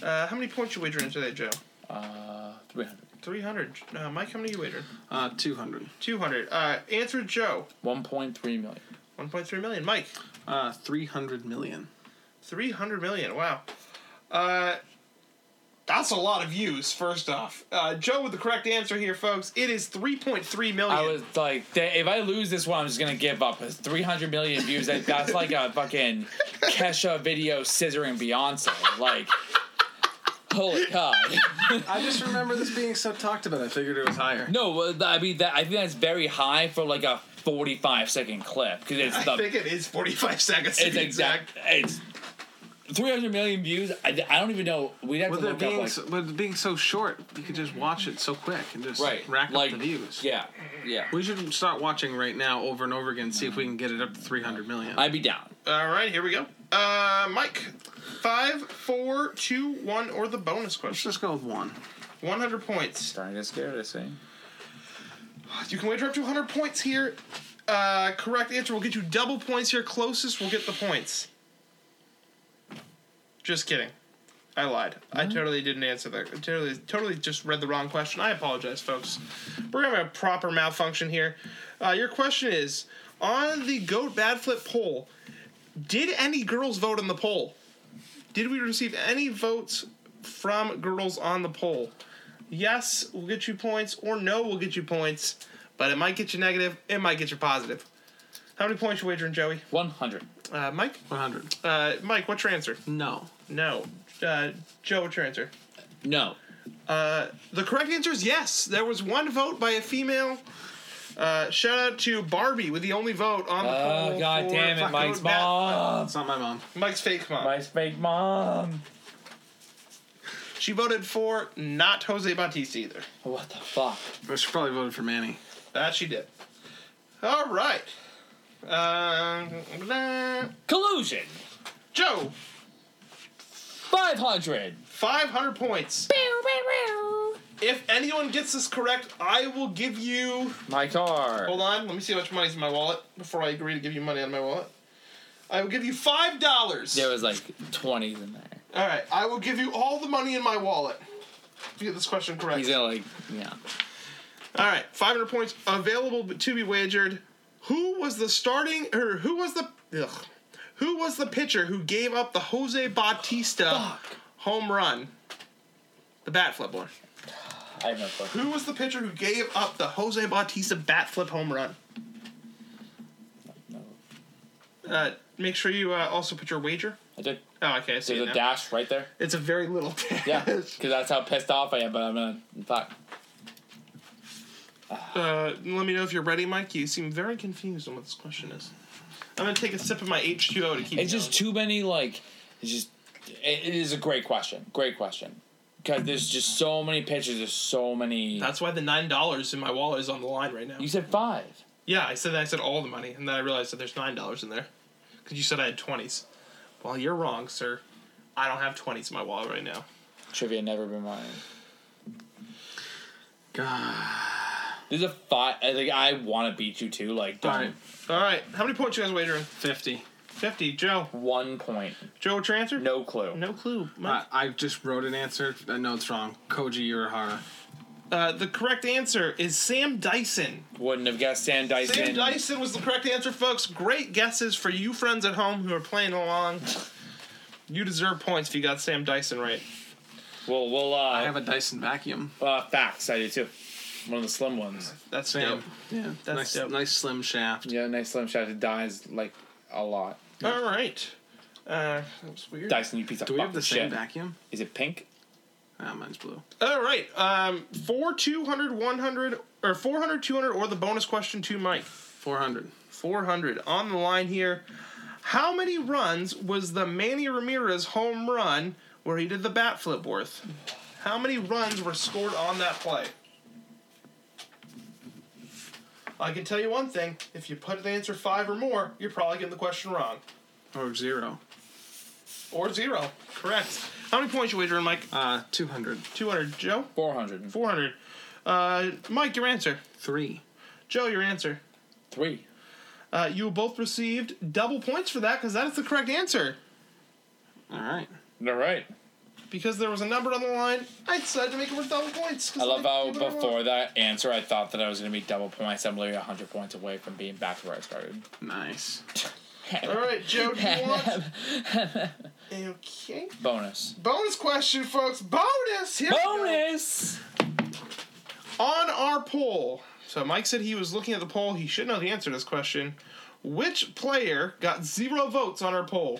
Speaker 4: Uh, how many points you wagering today, Joe?
Speaker 3: Uh, 300.
Speaker 4: 300. Uh, Mike, how many you wagered?
Speaker 2: Uh, 200.
Speaker 4: 200. Uh, answer Joe.
Speaker 3: 1.3 million.
Speaker 4: 1.3 million. Mike,
Speaker 2: Uh, 300 million.
Speaker 4: 300 million. Wow. Uh, that's a lot of views, first off. Uh, Joe with the correct answer here, folks. It is 3.3 million.
Speaker 3: I was like, "Th- if I lose this one, I'm just gonna give up. It's 300 million views. That, that's like a fucking Kesha video scissoring Beyonce. Like, holy cow.
Speaker 2: I just remember this being so talked about. I figured it was higher.
Speaker 3: No, well, I mean that. I think that's very high for like a 45 second clip because it's
Speaker 4: I
Speaker 3: the
Speaker 4: think it is 45 seconds. to
Speaker 3: it's
Speaker 4: be
Speaker 3: exact. It's 300 million views. I, I don't even know. We'd have
Speaker 2: With
Speaker 3: to
Speaker 2: it
Speaker 3: look up
Speaker 2: being
Speaker 3: like
Speaker 2: so, with it being so short, you could just watch it so quick and just
Speaker 3: right,
Speaker 2: rack
Speaker 3: like
Speaker 2: up the views.
Speaker 3: Yeah, yeah.
Speaker 2: We should start watching right now over and over again, see if we can get it up to 300 million.
Speaker 3: I'd be down.
Speaker 4: All right, here we go. Uh, Mike, five, four, two, one, or the bonus
Speaker 2: Let's
Speaker 4: question.
Speaker 2: just go with one.
Speaker 4: 100 points.
Speaker 3: Starting to get scared. I say.
Speaker 4: You can wager up to 100 points here. Uh, correct answer will get you double points here. Closest will get the points. Just kidding. I lied. I totally didn't answer that. I Totally, totally just read the wrong question. I apologize, folks. We're having a proper malfunction here. Uh, your question is on the goat bad flip poll. Did any girls vote on the poll? Did we receive any votes from girls on the poll? Yes, will get you points, or no, will get you points, but it might get you negative. It might get you positive. How many points you wagering, Joey?
Speaker 3: 100.
Speaker 4: Uh, Mike.
Speaker 2: 100.
Speaker 4: Uh, Mike, what's your answer?
Speaker 2: No.
Speaker 4: No. Uh, Joe, what's your answer?
Speaker 3: No.
Speaker 4: Uh, the correct answer is yes. There was one vote by a female. Uh, shout out to Barbie with the only vote on the poll.
Speaker 3: Oh god
Speaker 4: for
Speaker 3: damn it,
Speaker 4: fucking
Speaker 3: Mike's
Speaker 4: Bat-
Speaker 3: mom.
Speaker 2: It's not my mom.
Speaker 4: Mike's fake mom.
Speaker 3: Mike's fake mom.
Speaker 4: She voted for not Jose Bautista either.
Speaker 3: What the fuck?
Speaker 2: But She probably voted for Manny.
Speaker 4: That she did. All right. Uh, blah.
Speaker 3: Collusion.
Speaker 4: Joe,
Speaker 3: 500.
Speaker 4: 500 points. If anyone gets this correct, I will give you.
Speaker 3: My car.
Speaker 4: Hold on, let me see how much money's in my wallet before I agree to give you money out of my wallet. I will give you five dollars.
Speaker 3: There was like 20s in there.
Speaker 4: All right, I will give you all the money in my wallet if you get this question correct.
Speaker 3: He's gonna like, yeah.
Speaker 4: All right, 500 points available to be wagered. Who was the starting or who was the ugh, who was the pitcher who gave up the Jose Bautista home run? The bat flip one.
Speaker 3: I have no fucking.
Speaker 4: Who was the pitcher who gave up the Jose Bautista bat flip home run?
Speaker 3: No.
Speaker 4: Uh, make sure you uh, also put your wager.
Speaker 3: I did.
Speaker 4: Oh, okay. I see
Speaker 3: There's
Speaker 4: it
Speaker 3: a
Speaker 4: now.
Speaker 3: dash right there.
Speaker 4: It's a very little dash.
Speaker 3: Yeah. Because that's how pissed off I am, but I'm gonna. Fuck.
Speaker 4: Uh, let me know if you're ready, Mike. You seem very confused on what this question is. I'm gonna take a sip of my H2O to keep.
Speaker 3: It's just too many, like, it's just. It, it is a great question. Great question. Because there's just so many pictures, there's so many.
Speaker 4: That's why the nine dollars in my wallet is on the line right now.
Speaker 3: You said five.
Speaker 4: Yeah, I said that. I said all the money, and then I realized that there's nine dollars in there, because you said I had twenties. Well, you're wrong, sir. I don't have twenties in my wallet right now.
Speaker 3: Trivia never been mine.
Speaker 2: God.
Speaker 3: There's a five. I think I want to beat you too. Like,
Speaker 2: All
Speaker 3: don't.
Speaker 2: right.
Speaker 4: All right, how many points you guys wagering?
Speaker 2: 50.
Speaker 4: Fifty. Joe.
Speaker 3: One point.
Speaker 4: Joe, what's your answer?
Speaker 3: No Uh, clue.
Speaker 4: No clue.
Speaker 2: I,
Speaker 4: Mike.
Speaker 2: I just wrote an answer. I know it's wrong. Koji Urahara.
Speaker 4: Uh, the correct answer is Sam Dyson.
Speaker 3: Wouldn't have guessed Sam Dyson.
Speaker 4: Sam Dyson was the correct answer, folks. Great guesses for you friends at home who are playing along. You deserve points if you got Sam Dyson right.
Speaker 3: Well, we'll. Uh,
Speaker 2: I have a Dyson vacuum.
Speaker 3: uh, facts. I do too. One of the slim ones.
Speaker 4: That's
Speaker 2: Sam.
Speaker 4: Sam.
Speaker 2: Yeah.
Speaker 4: That's
Speaker 2: nice,
Speaker 4: dope.
Speaker 2: nice slim shaft.
Speaker 3: Yeah, nice slim shot. It dies like a lot.
Speaker 4: All right. Uh, that was weird.
Speaker 3: Dyson, you piece of
Speaker 2: Do we have
Speaker 3: fucking
Speaker 2: the same
Speaker 3: shit.
Speaker 2: vacuum?
Speaker 3: Is it pink?
Speaker 2: Ah, mine's blue.
Speaker 4: All right. Um, 4, 200, 100, or 400, 200, or the bonus question to Mike.
Speaker 2: 400.
Speaker 4: 400 on the line here. How many runs was the Manny Ramirez home run where he did the bat flip worth? How many runs were scored on that play? I can tell you one thing: if you put the answer five or more, you're probably getting the question wrong.
Speaker 2: Or zero.
Speaker 4: Or zero. Correct. How many points you wagering, Mike?
Speaker 2: Uh, 200.
Speaker 4: 200. Joe?
Speaker 3: 403.
Speaker 4: 400. Uh, Mike, your answer.
Speaker 2: Three.
Speaker 4: Joe, your answer. Uh, you both received double points for that because that is the correct answer.
Speaker 2: All right.
Speaker 3: All right.
Speaker 4: Because there was a number on the line, I decided to make it worth double points. 'cause
Speaker 3: I love how
Speaker 4: gave it a wrong.
Speaker 3: before that answer, I thought that I was going to be double points. I'm literally 100 points away from being back where I started.
Speaker 2: Nice.
Speaker 4: All right, Joe, do you want? okay.
Speaker 3: Bonus.
Speaker 4: Bonus question, folks. Bonus. Here we go.
Speaker 3: Bonus!
Speaker 4: On our poll, so Mike said he was looking at the poll. He should know the answer to this question. Which player got zero votes on our poll?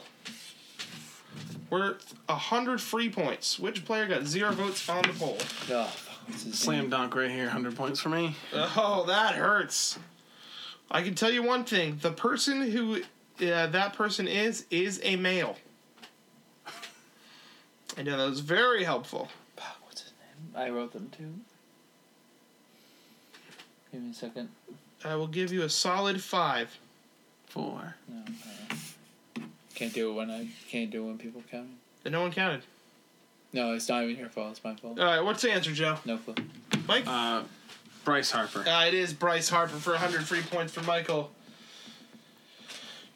Speaker 4: We're a hundred free points. Which player got zero votes on the poll?
Speaker 3: Oh, fuck, this is-
Speaker 2: Slam dunk right here. 100 points for me.
Speaker 4: Oh, that hurts. I can tell you one thing: the person who uh, that person is is a male. I know that was very helpful.
Speaker 3: Fuck, what's his name? I wrote them too. Give me a second.
Speaker 4: I will give you a solid five.
Speaker 2: Four.
Speaker 3: No, I- can't do it when I can't do it when people count.
Speaker 4: And no one counted.
Speaker 3: No, it's not even your fault. It's my fault.
Speaker 4: All right, what's the answer, Joe?
Speaker 3: No clue.
Speaker 4: Mike.
Speaker 2: Uh, Bryce Harper.
Speaker 4: Uh, it is Bryce Harper for 100 free points for Michael.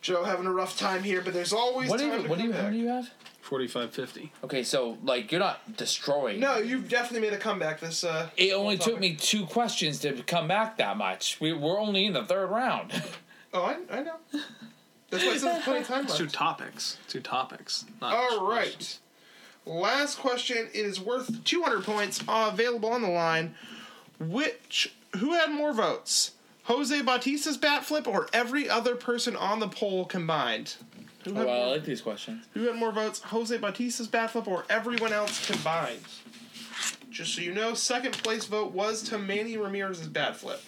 Speaker 4: Joe having a rough time here, but there's always
Speaker 3: What do
Speaker 4: time
Speaker 3: you?
Speaker 4: to
Speaker 3: What do
Speaker 4: come
Speaker 3: you? How
Speaker 4: back.
Speaker 3: many do you have?
Speaker 2: 45.50.
Speaker 3: Okay, so like you're not destroying.
Speaker 4: No, you've definitely made a comeback. This uh,
Speaker 3: It only
Speaker 4: Well,
Speaker 3: took me two questions to come back that much. We we're only in the third round.
Speaker 4: oh, I, I know. That's why I said there's plenty of time
Speaker 2: It's two
Speaker 4: left.
Speaker 2: topics. Two topics. Not
Speaker 4: All
Speaker 2: two
Speaker 4: right.
Speaker 2: questions.
Speaker 4: Last question. It is worth 200 points. Uh, available on the line. Which who had more votes? Jose Bautista's bat flip or every other person on the poll combined? Who had,
Speaker 3: well, I
Speaker 4: more,
Speaker 3: like these questions.
Speaker 4: who had more votes? Jose Bautista's bat flip or everyone else combined? Just so you know, second place vote was to Manny Ramirez's bat flip.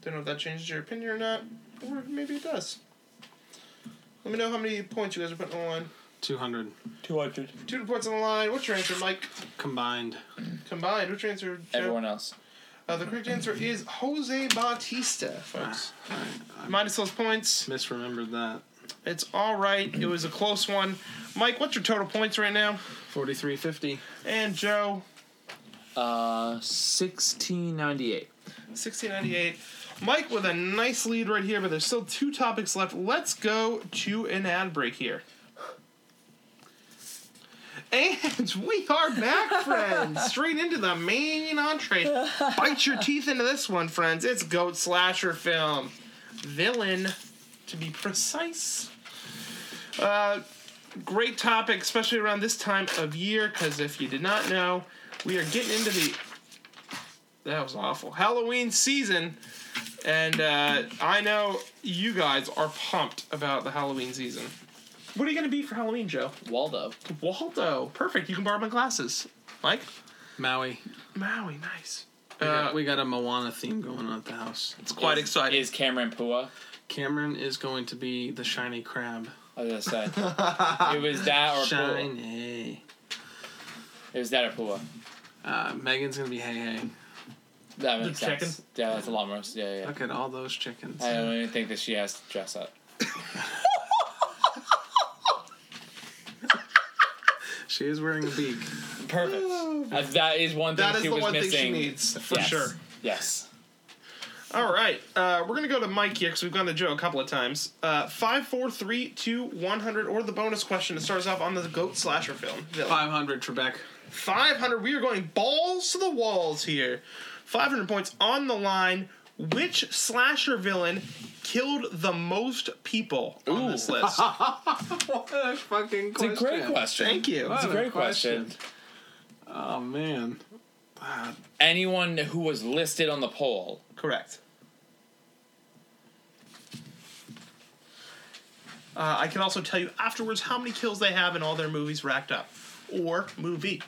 Speaker 4: Don't know if that changes your opinion or not, or maybe it does. Let me know how many points you guys are putting on the line.
Speaker 2: 200
Speaker 3: Two hundred.
Speaker 4: Two reports on the line. What's your answer, Mike?
Speaker 2: combined.
Speaker 4: Combined. What's your answer, Joe?
Speaker 3: Everyone else.
Speaker 4: Uh, the correct answer is Jose Bautista, folks.
Speaker 2: All right.
Speaker 4: Minus those points.
Speaker 2: Misremembered that.
Speaker 4: It's all right. It was a close one. Mike, what's your total points right now?
Speaker 2: 43.50.
Speaker 4: And Joe,
Speaker 3: Uh, sixteen ninety eight.
Speaker 4: 1698. Mike with a nice lead right here, but there's still two topics left. Let's go to an ad break here. And we are back, friends. Straight into the main entree. Bite your teeth into this one, friends. It's Goat Slasher Film. Villain, to be precise. Uh, great topic, especially around this time of year, because if you did not know, we are getting into the that was awful. Halloween season, and uh, I know you guys are pumped about the Halloween season. What are you gonna be for Halloween, Joe?
Speaker 3: Waldo.
Speaker 4: Waldo. Perfect. You can borrow my glasses. Mike.
Speaker 2: Maui.
Speaker 4: Maui. Nice.
Speaker 2: We
Speaker 4: Uh,
Speaker 2: got, we got a Moana theme going on at the house.
Speaker 4: it's quite
Speaker 3: Is-
Speaker 4: exciting.
Speaker 3: Is Cameron Pua?
Speaker 2: Cameron is going to be the shiny crab.
Speaker 3: I was gonna say it was that or Pua.
Speaker 2: Shiny.
Speaker 3: It was that or Pua.
Speaker 2: Uh, Megan's going to be hey hey.
Speaker 3: That makes
Speaker 4: The
Speaker 3: sense.
Speaker 4: chicken?
Speaker 3: Yeah, that's a lot more. Yeah, yeah.
Speaker 2: Look at all those chickens.
Speaker 3: I don't even think that she has to dress up.
Speaker 2: She is wearing a beak.
Speaker 3: Perfect. Uh, that is one thing
Speaker 4: that is
Speaker 3: she
Speaker 4: the
Speaker 3: was
Speaker 4: one
Speaker 3: missing.
Speaker 4: thing she needs for
Speaker 3: Yes.
Speaker 4: sure.
Speaker 3: Yes.
Speaker 4: All right, uh, we're gonna go to Mike here because we've gone to Joe a couple of times. Uh, five, four, three, two, one hundred, or the bonus question that starts off on the goat slasher film. Villain.
Speaker 2: 500, Trebek.
Speaker 4: 500. We are going balls to the walls here. 500 points on the line. Which slasher villain killed the most people on this
Speaker 3: Ooh.
Speaker 4: list?
Speaker 2: What a fucking
Speaker 3: It's a great question.
Speaker 4: Thank you.
Speaker 2: What
Speaker 3: It's a great
Speaker 2: question.
Speaker 3: question.
Speaker 2: Oh, man. Ah,
Speaker 3: Anyone who was listed on the poll.
Speaker 4: Correct. Uh, I can also tell you afterwards how many kills they have in all their movies racked up or movie.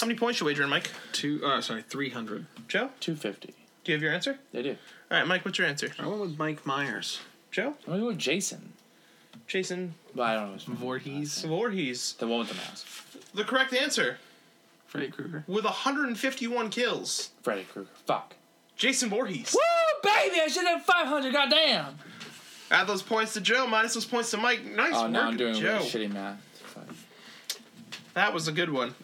Speaker 4: How many points you wagering, Mike?
Speaker 2: two, oh, sorry, 300.
Speaker 4: Joe?
Speaker 3: 250.
Speaker 4: Do you have your answer?
Speaker 3: They do.
Speaker 4: All right, Mike, what's your answer?
Speaker 2: I went with Mike Myers.
Speaker 4: Joe?
Speaker 3: I'm going to go with Jason.
Speaker 4: Jason
Speaker 3: But I don't know.
Speaker 2: Voorhees.
Speaker 4: Voorhees.
Speaker 3: The one with the mask.
Speaker 4: The correct answer
Speaker 5: Freddy Krueger.
Speaker 4: with 151 kills.
Speaker 3: Freddy Krueger. Fuck.
Speaker 4: Jason Voorhees.
Speaker 5: Woo, baby! I should have 500, goddamn!
Speaker 4: Add those points to Joe, minus those points to Mike. Nice
Speaker 3: Oh,
Speaker 4: work,
Speaker 3: now I'm doing
Speaker 4: Joe.
Speaker 3: really shitty math. Fuck.
Speaker 4: That was a good one.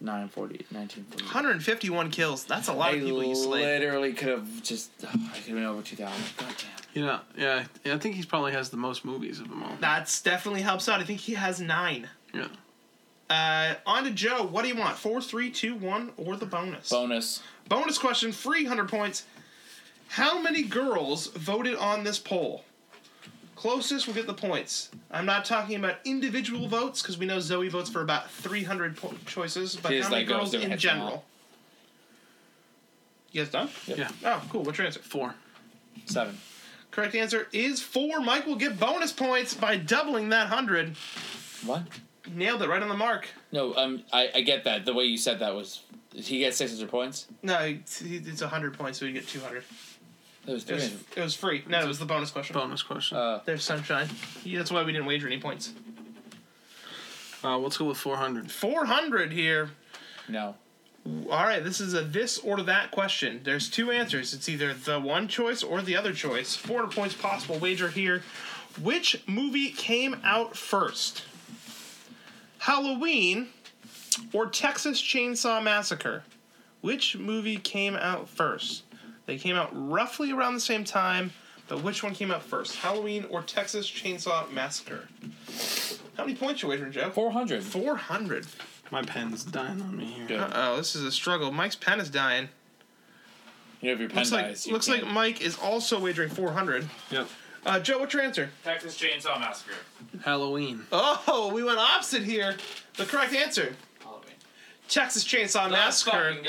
Speaker 3: 940, 1940.
Speaker 4: 151 kills. That's a lot
Speaker 3: I
Speaker 4: of people you slayed.
Speaker 3: literally could have just. Oh, I could have been over 2,000. God damn.
Speaker 5: You know, yeah, I think he probably has the most movies of them all.
Speaker 4: That's definitely helps out. I think he has nine.
Speaker 5: Yeah.
Speaker 4: Uh, on to Joe. What do you want? Four, three, two, one, or the bonus?
Speaker 3: Bonus.
Speaker 4: bonus question, free hundred points. How many girls voted on this poll? Closest will get the points. I'm not talking about individual votes because we know Zoe votes for about 300 po- choices, but
Speaker 3: She just
Speaker 4: how many
Speaker 3: like goes
Speaker 4: girls
Speaker 3: through and
Speaker 4: in
Speaker 3: hits them
Speaker 4: general?
Speaker 3: all.
Speaker 4: You guys done?
Speaker 3: Yep.
Speaker 5: Yeah.
Speaker 4: Oh, cool. What's your answer?
Speaker 5: Four.
Speaker 3: Seven.
Speaker 4: Correct answer is four. Mike will get bonus points by doubling that hundred.
Speaker 3: What?
Speaker 4: Nailed it right on the mark.
Speaker 3: No, um, I, I get that. The way you said that was. He gets 600 points?
Speaker 4: No, it's it's hundred points, so you get two hundred.
Speaker 3: It was
Speaker 4: It was,
Speaker 3: 300.
Speaker 4: it was free. No, it was the bonus question.
Speaker 5: Bonus question.
Speaker 3: Uh,
Speaker 4: There's sunshine. Yeah, that's why we didn't wager any points.
Speaker 5: Uh, let's go with 400.
Speaker 4: Four hundred here.
Speaker 3: no.
Speaker 4: All right, this is a this or that question. There's two answers. It's either the one choice or the other choice. 400 points possible wager here. Which movie came out first? Halloween or Texas Chainsaw Massacre? Which movie came out first? They came out roughly around the same time, but which one came out first? Halloween or Texas Chainsaw Massacre? How many points you wagering, Joe?
Speaker 3: 400.
Speaker 4: 400.
Speaker 5: My pen's dying on me here.
Speaker 3: Good.
Speaker 4: Uh oh, this is a struggle. Mike's pen is dying.
Speaker 3: You have your pen
Speaker 4: Looks like
Speaker 3: dies, you
Speaker 4: looks
Speaker 3: can't-
Speaker 4: like Mike is also wagering 400.
Speaker 5: Yep.
Speaker 4: Uh, Joe, what's your answer?
Speaker 6: Texas Chainsaw Massacre.
Speaker 5: Halloween.
Speaker 4: Oh, we went opposite here. The correct answer:
Speaker 6: Halloween.
Speaker 4: Texas Chainsaw Massacre. Uh,
Speaker 6: Let's fucking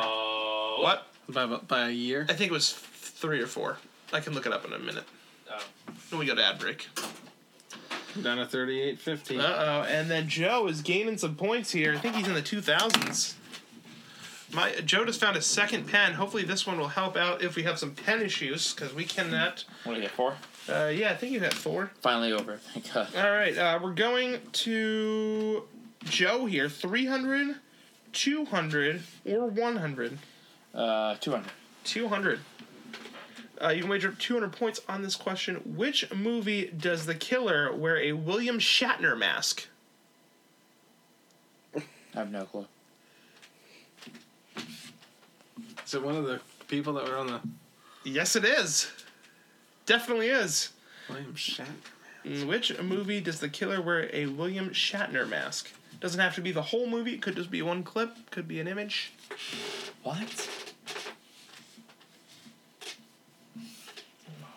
Speaker 5: go.
Speaker 6: go.
Speaker 4: What?
Speaker 5: By, about- by a year.
Speaker 4: I think it was f- three or four. I can look it up in a minute
Speaker 6: Oh.
Speaker 4: when we go to ad break.
Speaker 2: Down to 38.50.
Speaker 4: Uh oh, and then Joe is gaining some points here. I think he's in the 2000s. My Joe just found a second pen. Hopefully, this one will help out if we have some pen issues because we cannot.
Speaker 3: What do you get? Four?
Speaker 4: Uh, yeah, I think you had four.
Speaker 3: Finally over. Thank God.
Speaker 4: All right, uh, we're going to Joe here 300, 200, or 100.
Speaker 3: Uh, 200.
Speaker 4: 200. Uh, you can wager up 200 points on this question. Which movie does the killer wear a William Shatner mask?
Speaker 3: I have no clue.
Speaker 2: Is it one of the people that were on the
Speaker 4: Yes, it is. Definitely is.
Speaker 2: William Shatner?
Speaker 4: In which movie does the killer wear a William Shatner mask? Doesn't have to be the whole movie, it could just be one clip, could be an image.
Speaker 3: What?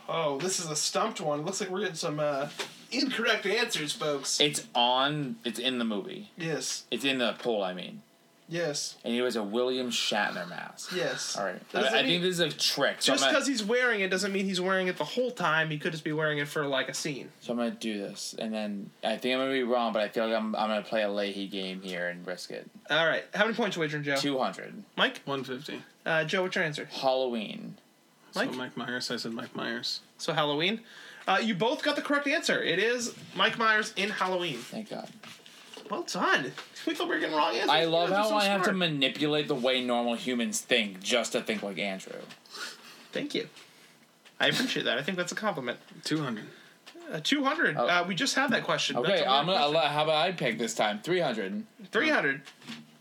Speaker 4: Oh, this is a stumped one. Looks like we're getting some uh, incorrect answers, folks.
Speaker 3: It's on. It's in the movie.
Speaker 4: Yes,
Speaker 3: It's in the poll, I mean.
Speaker 4: yes,
Speaker 3: And he wears a William Shatner mask.
Speaker 4: yes.
Speaker 3: All right. I,
Speaker 4: Doesn't
Speaker 3: I
Speaker 4: mean-
Speaker 3: think this is a trick. So
Speaker 4: Just
Speaker 3: I'm gonna,
Speaker 4: because he's wearing it doesn't mean he's wearing it the whole time. He could just be wearing it for like a scene.
Speaker 3: so I'm gonna do this, and then I think I'm gonna be wrong, but I feel like I'm, I'm gonna play a Leahy game here and risk it.
Speaker 4: All right. How many points you wagering, Joe?
Speaker 3: Two hundred.
Speaker 4: Mike?
Speaker 2: 150.
Speaker 4: Uh, Joe, what's your answer?
Speaker 3: Halloween.
Speaker 4: Mike?
Speaker 2: So Mike Myers. I said Mike Myers.
Speaker 4: So Halloween. Uh, you both got the correct answer. It is Mike Myers in Halloween.
Speaker 3: Thank God.
Speaker 4: Well done. We thought we were getting wrong answers.
Speaker 3: I love
Speaker 4: You guys are
Speaker 3: how
Speaker 4: so
Speaker 3: I have to
Speaker 4: smart.
Speaker 3: manipulate the way normal humans think just to think like Andrew.
Speaker 4: Thank you. I appreciate that. I think that's a compliment.
Speaker 2: 200.
Speaker 4: Uh, 200.
Speaker 3: Oh.
Speaker 4: Uh, we just had that question.
Speaker 3: Okay,
Speaker 4: That's a
Speaker 3: I'm
Speaker 4: weird
Speaker 3: gonna. allow- How about I pick this time? Three hundred.
Speaker 4: question. 300.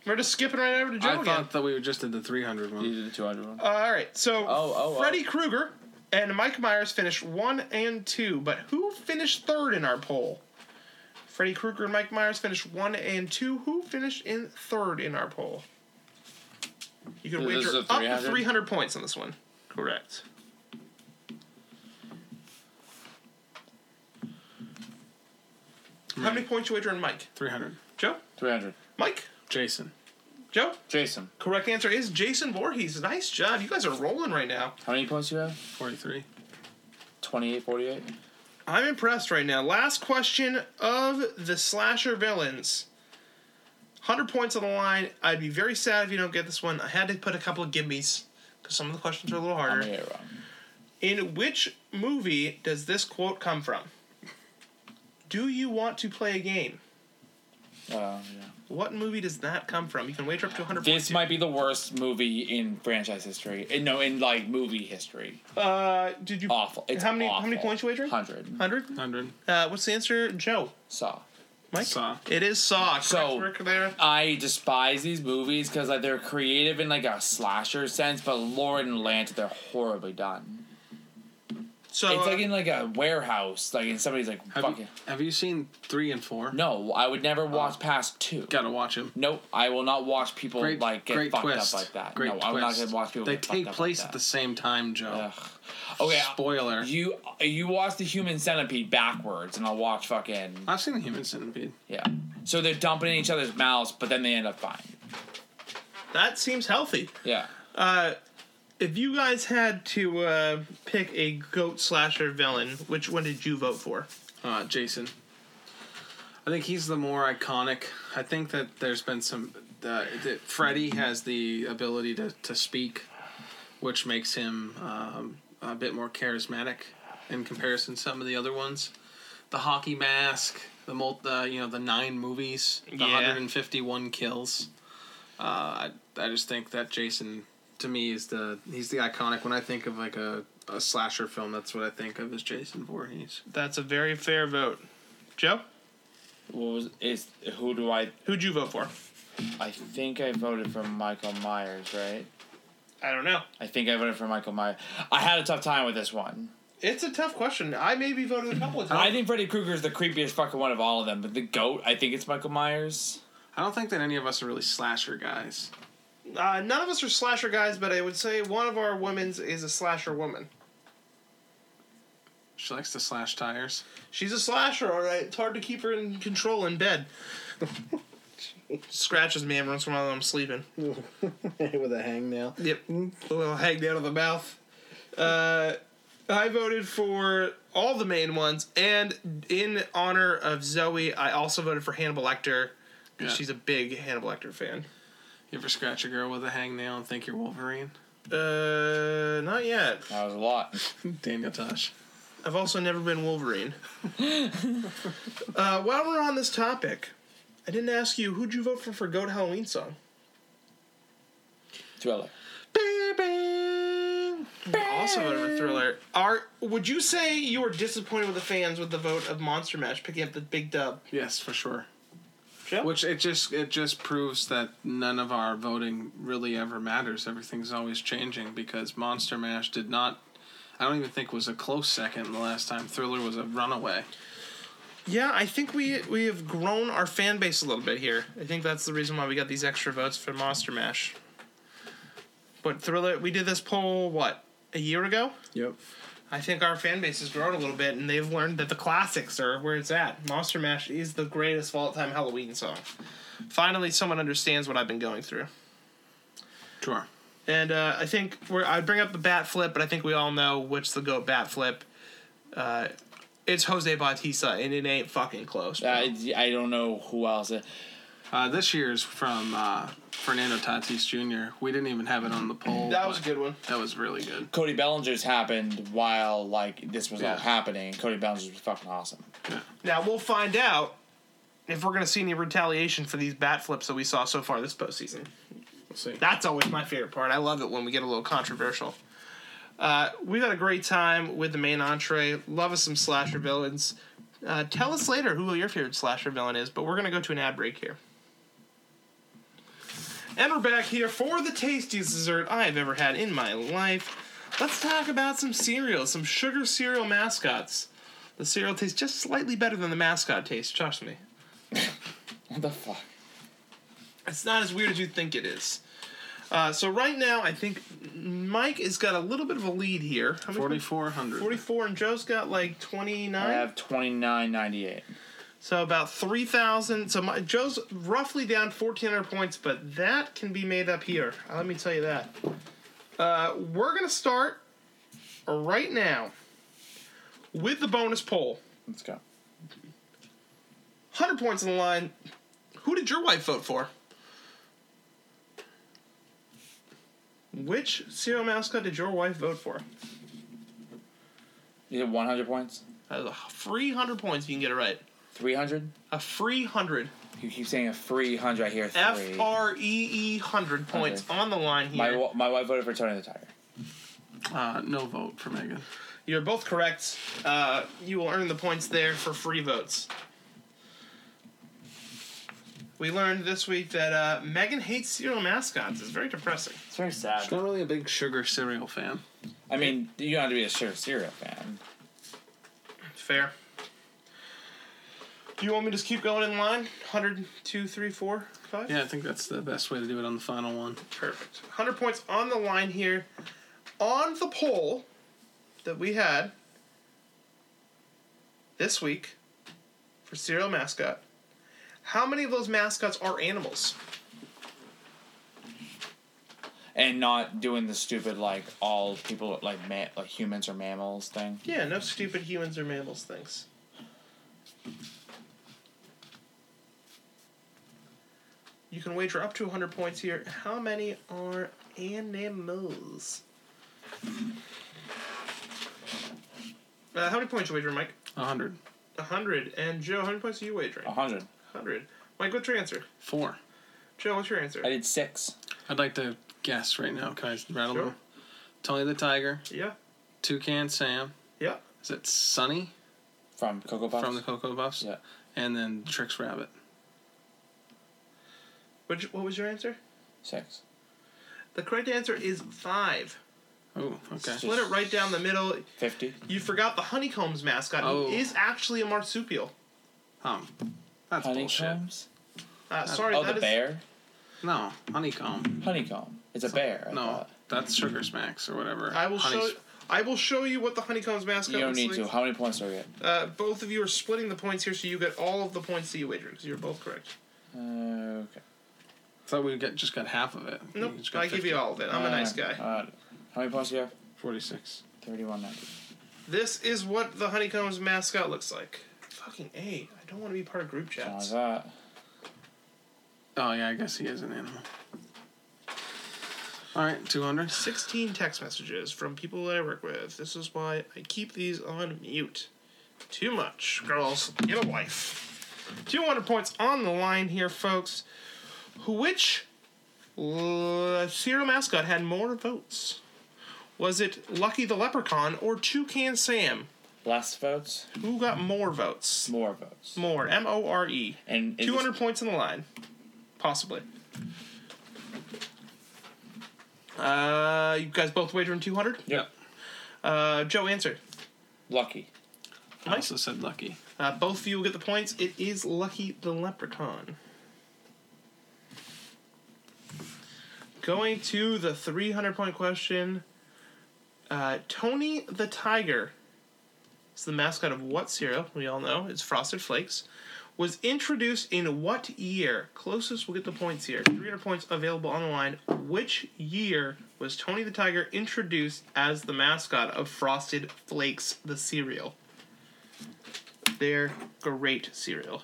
Speaker 4: We're just skipping right over to Joe
Speaker 2: I
Speaker 3: Oh,
Speaker 4: again.
Speaker 2: thought that we just did the 300
Speaker 3: You
Speaker 2: one.
Speaker 3: do the two hundred one.
Speaker 4: Uh, all right,
Speaker 3: Oh,
Speaker 4: so
Speaker 3: oh, oh.
Speaker 4: Freddy Krueger and Mike Myers finished one and two, but who finished third in our poll? Freddy Krueger and Mike Myers finished one and two. Who finished in third in our poll? You can
Speaker 3: This is
Speaker 4: wager
Speaker 3: a
Speaker 4: up to
Speaker 3: 300?
Speaker 4: 300 points on this one. Correct. How many points you wager on Mike?
Speaker 2: 300.
Speaker 4: Joe?
Speaker 3: Three hundred.
Speaker 4: Mike?
Speaker 2: Jason.
Speaker 4: Joe?
Speaker 3: Jason,
Speaker 4: Correct answer is Jason Voorhees. Nice job. You guys are rolling right now.
Speaker 3: how many points do you have?
Speaker 2: 43.
Speaker 3: 28, 48?
Speaker 4: I'm impressed right now. Last question of the slasher villains. 100 points on the line. I'd be very sad if you don't get this one. I had to put a couple of gimmies because some of the questions are a little
Speaker 3: I'm
Speaker 4: harder.
Speaker 3: gonna get it wrong.
Speaker 4: In which movie does this quote come from? Do you want to play a game?
Speaker 3: Oh, yeah.
Speaker 4: What movie does that come from? You can wager up to 100
Speaker 3: This
Speaker 4: points.
Speaker 3: might be the worst movie in franchise history. In, no, in like movie history.
Speaker 4: uh, did you
Speaker 3: Awful. It's
Speaker 4: how many how many
Speaker 3: awful.
Speaker 4: points you wagering?
Speaker 3: 100.
Speaker 4: 100?
Speaker 2: 100.
Speaker 4: Uh, what's the answer, Joe?
Speaker 3: Saw.
Speaker 4: Mike?
Speaker 2: Saw.
Speaker 4: It is Saw.
Speaker 3: So-
Speaker 4: Correct work there.
Speaker 3: I despise these movies because like they're creative in like a slasher sense, but Lord and Lance, they're horribly done.
Speaker 4: So
Speaker 3: it's like
Speaker 4: uh,
Speaker 3: in like a warehouse, like and somebody's like
Speaker 2: Have,
Speaker 3: fucking.
Speaker 2: you, Oh. have you seen 3 and 4?
Speaker 3: No, I would never watch past two.
Speaker 2: Gotta watch them.
Speaker 3: Nope, I will not watch people
Speaker 2: Great,
Speaker 3: like get
Speaker 2: great
Speaker 3: fucked
Speaker 2: twist.
Speaker 3: up like that.
Speaker 2: Great
Speaker 3: no, I'm not
Speaker 2: twist.
Speaker 3: gonna watch people.
Speaker 2: They
Speaker 3: get
Speaker 2: take
Speaker 3: fucked up
Speaker 2: place
Speaker 3: like
Speaker 2: at
Speaker 3: that.
Speaker 2: the same time, Joe.
Speaker 3: Ugh. Okay,
Speaker 2: Spoiler.
Speaker 3: you you watch the Human Centipede backwards, and I'll watch fucking
Speaker 2: I've seen the Human Centipede.
Speaker 3: yeah. So they're dumping in each other's mouths, but then they end up fine.
Speaker 4: that seems healthy.
Speaker 3: Yeah.
Speaker 4: If you guys had to uh, pick a goat slasher villain, which one did you vote for?
Speaker 2: Uh, Jason. I think he's the more iconic. I think that there's been some. Uh, that Freddy has the ability to, to speak, which makes him um, a bit more charismatic in comparison to some of the other ones. The hockey mask, the mul- uh, you know, the nine movies, the
Speaker 4: Yeah.
Speaker 2: 151 kills. Uh, I, I just think that Jason, to me, is the he's the iconic. When I think of like a, a slasher film, that's what I think of is Jason Voorhees.
Speaker 4: That's a very fair vote. Joe,
Speaker 3: What was is who do I?
Speaker 4: who'd you vote for?
Speaker 3: I think I voted for Michael Myers, right?
Speaker 4: I don't know.
Speaker 3: I think I voted for Michael Myers. I had a tough time with this one.
Speaker 4: It's a tough question. I maybe voted a couple of
Speaker 3: I
Speaker 4: times.
Speaker 3: think Freddy Krueger is the creepiest fucking one of all of them, but the goat, I think it's Michael Myers.
Speaker 2: I don't think that any of us are really slasher guys.
Speaker 4: Uh, none of us are slasher guys, but I would say one of our women's is a slasher woman.
Speaker 2: She likes to slash tires.
Speaker 4: She's a slasher, all right. It's hard to keep her in control in bed. Scratches me every once in a while when I'm sleeping.
Speaker 7: with a hangnail.
Speaker 4: Yep. A little hang down of the mouth. Uh, I voted for all the main ones, and in honor of Zoe, I also voted for Hannibal Lecter.
Speaker 2: Yeah.
Speaker 4: 'cause She's a big Hannibal Lecter fan.
Speaker 2: You ever scratch a girl with a hangnail and think you're Wolverine?
Speaker 4: Uh, not yet.
Speaker 3: That was a lot.
Speaker 2: Daniel Tosh.
Speaker 4: I've also never been Wolverine. uh, while we're on this topic, I didn't ask you who'd you vote for for Goat Halloween song.
Speaker 3: Thriller.
Speaker 4: Also voted for Thriller. Are would you say you were disappointed with the fans with the vote of Monster Mash picking up the big dub?
Speaker 2: Yes, for sure.
Speaker 4: Joe?
Speaker 2: Which it just it just proves that none of our voting really ever matters. Everything's always changing because Monster Mash did not. I don't even think was a close second the last time. Thriller was a runaway.
Speaker 4: Yeah, I think we we have grown our fan base a little bit here. I think that's the reason why we got these extra votes for Monster Mash. But Thriller, we did this poll what a year ago.
Speaker 7: Yep.
Speaker 4: I think our fan base has grown a little bit, and they've learned that the classics are where it's at. Monster Mash is the greatest of all time Halloween song. Finally, someone understands what I've been going through.
Speaker 2: Sure.
Speaker 4: And uh, I think we're, I bring up the bat flip, but I think we all know which the goat bat flip. Uh, it's Jose Bautista, and it ain't fucking close. bro.
Speaker 3: I, I don't know who else.
Speaker 2: Uh, this year's from uh, Fernando Tatis Jr. We didn't even have it on the poll.
Speaker 4: that was a
Speaker 2: but
Speaker 4: good one.
Speaker 2: That was really good.
Speaker 3: Cody Bellinger's happened while like this was all
Speaker 2: Yeah.
Speaker 3: happening. Cody Bellinger was fucking awesome.
Speaker 4: Now we'll find out if we're gonna see any retaliation for these bat flips that we saw so far this postseason.
Speaker 2: We'll see.
Speaker 4: That's always my favorite part. I love it when we get a little controversial. Uh, we've had a great time with the main entree. Love us some slasher villains. Uh, tell us later who your favorite slasher villain is, but we're gonna go to an ad break here. And we're back here for the tastiest dessert I have ever had in my life. Let's talk about some cereals, some sugar cereal mascots. The cereal tastes just slightly better than the mascot tastes, trust me.
Speaker 3: What the fuck?
Speaker 4: It's not as weird as you think it is. Uh, so right now, I think Mike has got a little bit of a lead here. How many-
Speaker 2: Forty four hundred.
Speaker 4: 44, and Joe's got like
Speaker 3: I
Speaker 4: 29.
Speaker 3: have twenty nine ninety eight.
Speaker 4: So about 3,000. So my, Joe's roughly down 1,400 points, but that can be made up here. Let me tell you that. Uh, we're going to start right now with the bonus poll.
Speaker 3: Let's go.
Speaker 4: 100 points on the line. Who did your wife vote for? Which cereal mascot did your wife vote for?
Speaker 3: You did one hundred points.
Speaker 4: That is a 300 points if you can get it right.
Speaker 3: Three hundred.
Speaker 4: A free hundred.
Speaker 3: You keep saying a free hundred. I hear three.
Speaker 4: F R E E hundred points on the line
Speaker 3: my
Speaker 4: here.
Speaker 3: wa- my wife voted for Tony the Tiger.
Speaker 5: Uh, no vote for Megan.
Speaker 4: You're both correct. Uh, you will earn the points there for free votes. We learned this week that uh, Megan hates cereal mascots. It's very depressing.
Speaker 3: It's very sad.
Speaker 5: She's not really a big sugar cereal fan.
Speaker 3: I mean, you don't have to be a sugar cereal fan.
Speaker 4: Fair. Do you want me to just keep going in line? 100, 2, 3, 4, 5?
Speaker 5: Yeah, I think that's the best way to do it on the final one.
Speaker 4: Perfect. 100 points on the line here. On the poll that we had this week for cereal mascot, how many of those mascots are animals?
Speaker 3: And not doing the stupid like all people like ma- like humans or mammals thing.
Speaker 4: Yeah, no stupid humans or mammals things. You can wager up to 100 points here. How many are animals? Uh, how many points you wager, Mike?
Speaker 5: 100.
Speaker 4: 100. And Joe, how many points are you wagering?
Speaker 3: A hundred.
Speaker 4: 100. Mike, what's your answer?
Speaker 5: Four.
Speaker 4: Joe, what's your answer?
Speaker 3: I did six.
Speaker 5: I'd like to guess right now. Can I rattle
Speaker 4: Sure.
Speaker 5: them? Tony the Tiger,
Speaker 4: Yeah,
Speaker 5: Toucan Sam.
Speaker 4: yeah.
Speaker 5: Is it Sunny
Speaker 3: From Cocoa Puffs.
Speaker 5: from the Cocoa Puffs?
Speaker 3: Yeah.
Speaker 5: And then Trix Rabbit.
Speaker 4: Which, what was your answer?
Speaker 3: six.
Speaker 4: The correct answer is five.
Speaker 5: Oh, okay.
Speaker 4: Split it right down the middle.
Speaker 3: Fifty.
Speaker 4: You forgot the honeycombs mascot.
Speaker 5: Oh.
Speaker 4: who is actually a marsupial.
Speaker 5: Um, that's bullshit.
Speaker 3: Honeycombs.
Speaker 4: Uh, sorry,
Speaker 3: oh,
Speaker 4: that
Speaker 3: the
Speaker 4: is-
Speaker 3: bear.
Speaker 5: No, honeycomb.
Speaker 3: Honeycomb. It's a bear. I
Speaker 5: No,
Speaker 3: thought.
Speaker 5: that's Sugar Smacks or whatever.
Speaker 4: I will
Speaker 5: Honey-
Speaker 4: show. I will show you what the honeycombs mascot.
Speaker 3: You don't
Speaker 4: looks
Speaker 3: need to.
Speaker 4: like.
Speaker 3: How many points do we get?
Speaker 4: Uh, both of you are splitting the points here, so you get all of the points that you wagered because you're both correct.
Speaker 3: Uh, okay.
Speaker 5: thought we got, just got half of it.
Speaker 4: Nope,
Speaker 5: We just got
Speaker 4: I give
Speaker 5: 50.
Speaker 4: you all of it. I'm a nice guy.
Speaker 3: Uh, how many points do you have?
Speaker 5: 46.
Speaker 3: Thirty-one ninety.
Speaker 4: this is what the honeycombs mascot looks like. Fucking a! I don't want to be part of group
Speaker 3: How's
Speaker 4: chats.
Speaker 3: that?
Speaker 5: Oh, yeah, I guess he is an animal. All right, 200.
Speaker 4: 16 text messages from people that I work with. This is why I keep these on mute. Too much. Girls, get a life. 200 points on the line here, folks. Which l- cereal mascot had more votes? Was it Lucky the Leprechaun or Toucan Sam?
Speaker 3: Less votes.
Speaker 4: Who got more votes?
Speaker 3: More votes.
Speaker 4: More. M O R E.
Speaker 3: And is this-
Speaker 4: 200 points on the line. Possibly. Uh, you guys both wagering 200?
Speaker 5: Yep.
Speaker 4: Uh, Joe, answer.
Speaker 3: Lucky.
Speaker 5: I also said lucky.
Speaker 4: Uh, both of you will get the points. It is Lucky the Leprechaun. Going to the 300 point question. Uh, Tony the Tiger is the mascot of what cereal? We all know it's Frosted Flakes. Was introduced in what year? Closest will get the points here. 300 points available on the line. Which year was Tony the Tiger introduced as the mascot of Frosted Flakes, the cereal? They're great cereal.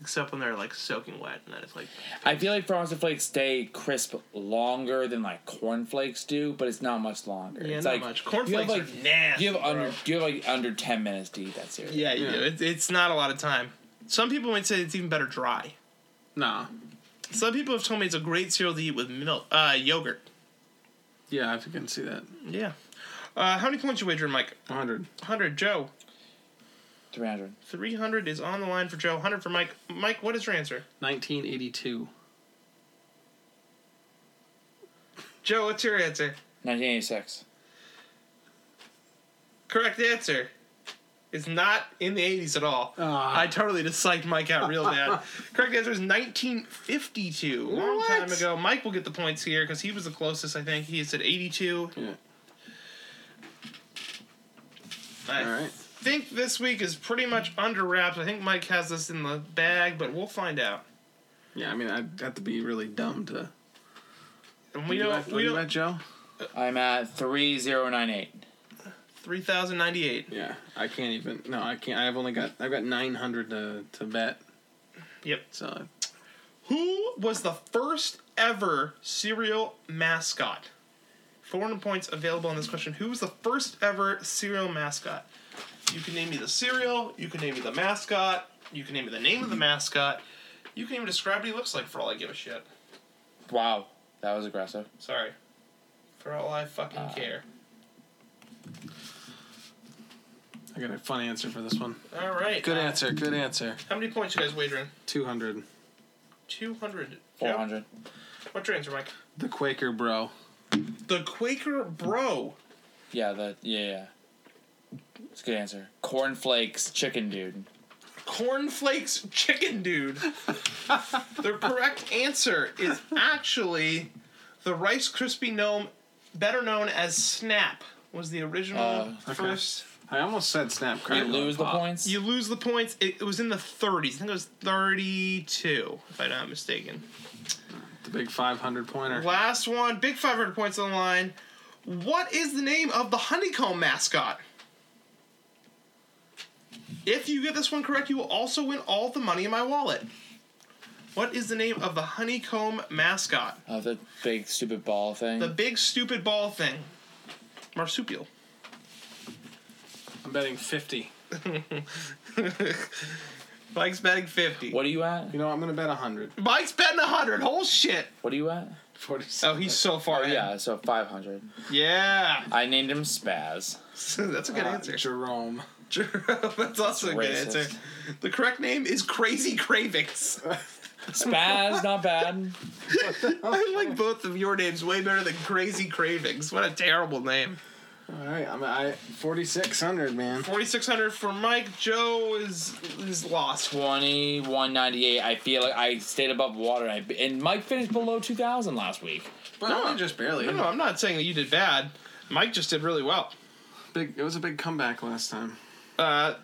Speaker 4: Except when they're like soaking wet and then it's like
Speaker 3: I feel like Frosted Flakes stay crisp longer than like Corn Flakes do, but it's not much longer.
Speaker 4: yeah,
Speaker 3: it's
Speaker 4: not
Speaker 3: like,
Speaker 4: much.
Speaker 3: you have
Speaker 4: Cornflakes
Speaker 3: like
Speaker 4: are nasty.
Speaker 3: you have
Speaker 4: bro.
Speaker 3: under you have like under ten minutes to eat that cereal.
Speaker 4: Yeah, you
Speaker 5: Yeah.
Speaker 4: do. It, it's not a lot of time. Some people might say it's even better dry.
Speaker 5: Nah.
Speaker 4: Some people have told me it's a great cereal to eat with milk, uh, yogurt.
Speaker 5: Yeah, I can see that.
Speaker 4: Yeah. Uh, how many points you wagering, Mike?
Speaker 5: 100.
Speaker 4: 100. Joe,
Speaker 3: Three hundred.
Speaker 4: 300 is on the line for Joe. 100 for Mike. Mike, what is your answer?
Speaker 5: 1982.
Speaker 4: Joe, what's your answer?
Speaker 3: Nineteen eighty six.
Speaker 4: Correct answer is not in the 80s at all.
Speaker 5: Ah.
Speaker 4: I totally just psyched Mike out real bad. Correct answer is 1952. Long
Speaker 5: What?
Speaker 4: time ago. Mike will get the points here because he was the closest, I think. He said 82.
Speaker 5: Yeah.
Speaker 4: I
Speaker 5: All right.
Speaker 4: think this week is pretty much under wraps. I think Mike has this in the bag, but we'll find out.
Speaker 5: Yeah, I mean, I'd have to be really dumb to.
Speaker 4: And we
Speaker 5: You
Speaker 4: don't.
Speaker 5: at-
Speaker 4: We
Speaker 5: you
Speaker 4: don't.
Speaker 5: at, Joe?
Speaker 3: I'm at three zero nine eight.
Speaker 4: 3,098.
Speaker 5: Yeah, I can't even. No, I can't. I've only got. I've got 900 to, to bet.
Speaker 4: Yep.
Speaker 5: So
Speaker 4: Who was the first ever cereal mascot? 400 points available on this question. Who was the first ever cereal mascot? You can name me the cereal. You can name me the mascot. You can name me the name of the mascot. You can even describe what he looks like for all I give a shit.
Speaker 3: Wow, that was aggressive.
Speaker 4: Sorry. For all I fucking care.
Speaker 2: I got a fun answer for this one.
Speaker 4: All right.
Speaker 2: Good
Speaker 4: uh,
Speaker 2: answer. Good answer.
Speaker 4: How many points you guys wagering?
Speaker 2: Two hundred.
Speaker 4: 200.
Speaker 3: Four hundred.
Speaker 4: What's your answer, Mike?
Speaker 2: The Quaker bro.
Speaker 4: The Quaker Bro.
Speaker 3: Yeah, the yeah, yeah. It's a good answer. Cornflakes, chicken dude.
Speaker 4: Cornflakes Chicken Dude. the correct answer is actually the Rice Krispie Gnome, better known as Snap, was the original
Speaker 3: Oh,
Speaker 4: first.
Speaker 2: I almost said snap.
Speaker 3: You
Speaker 2: crackle,
Speaker 3: lose
Speaker 2: and
Speaker 3: the
Speaker 2: pop.
Speaker 3: points.
Speaker 4: You lose the points. It, it was in the 30s. I think it was 32, if I'm not mistaken.
Speaker 2: The big five hundred pointer.
Speaker 4: Last one, big 500 points on the line. What is the name of the honeycomb mascot? If you get this one correct, you will also win all the money in my wallet. What is the name of the honeycomb mascot?
Speaker 3: Uh, the big stupid ball thing.
Speaker 4: The big stupid ball thing. Marsupial.
Speaker 2: I'm betting fifty.
Speaker 4: Mike's betting 50.
Speaker 3: what are you at?
Speaker 2: You know I'm gonna bet hundred.
Speaker 4: Mike's betting 100. Whole shit.
Speaker 3: What are you at?
Speaker 2: Forty.
Speaker 4: Oh, he's so far
Speaker 3: Oh
Speaker 4: in.
Speaker 3: yeah, so five hundred.
Speaker 4: Yeah.
Speaker 3: I named him Spaz.
Speaker 4: That's a good answer.
Speaker 2: Uh, Jerome.
Speaker 4: That's also a good
Speaker 3: Ah, Racist.
Speaker 4: answer. The correct name is Crazy Cravings.
Speaker 3: Spaz, not bad.
Speaker 4: I like both of your names way better than Crazy Cravings. What a terrible name.
Speaker 2: All right. I'm I forty six hundred man.
Speaker 4: 4600 for Mike. Joe is is lost.
Speaker 3: Twenty one ninety eight. I feel like I stayed above water. I, and Mike finished below two thousand last week.
Speaker 2: But
Speaker 4: No.
Speaker 2: only just barely.
Speaker 4: No, no, I'm not saying that you did bad. Mike just did really well.
Speaker 2: Big. It was a big comeback last time.
Speaker 4: Uh,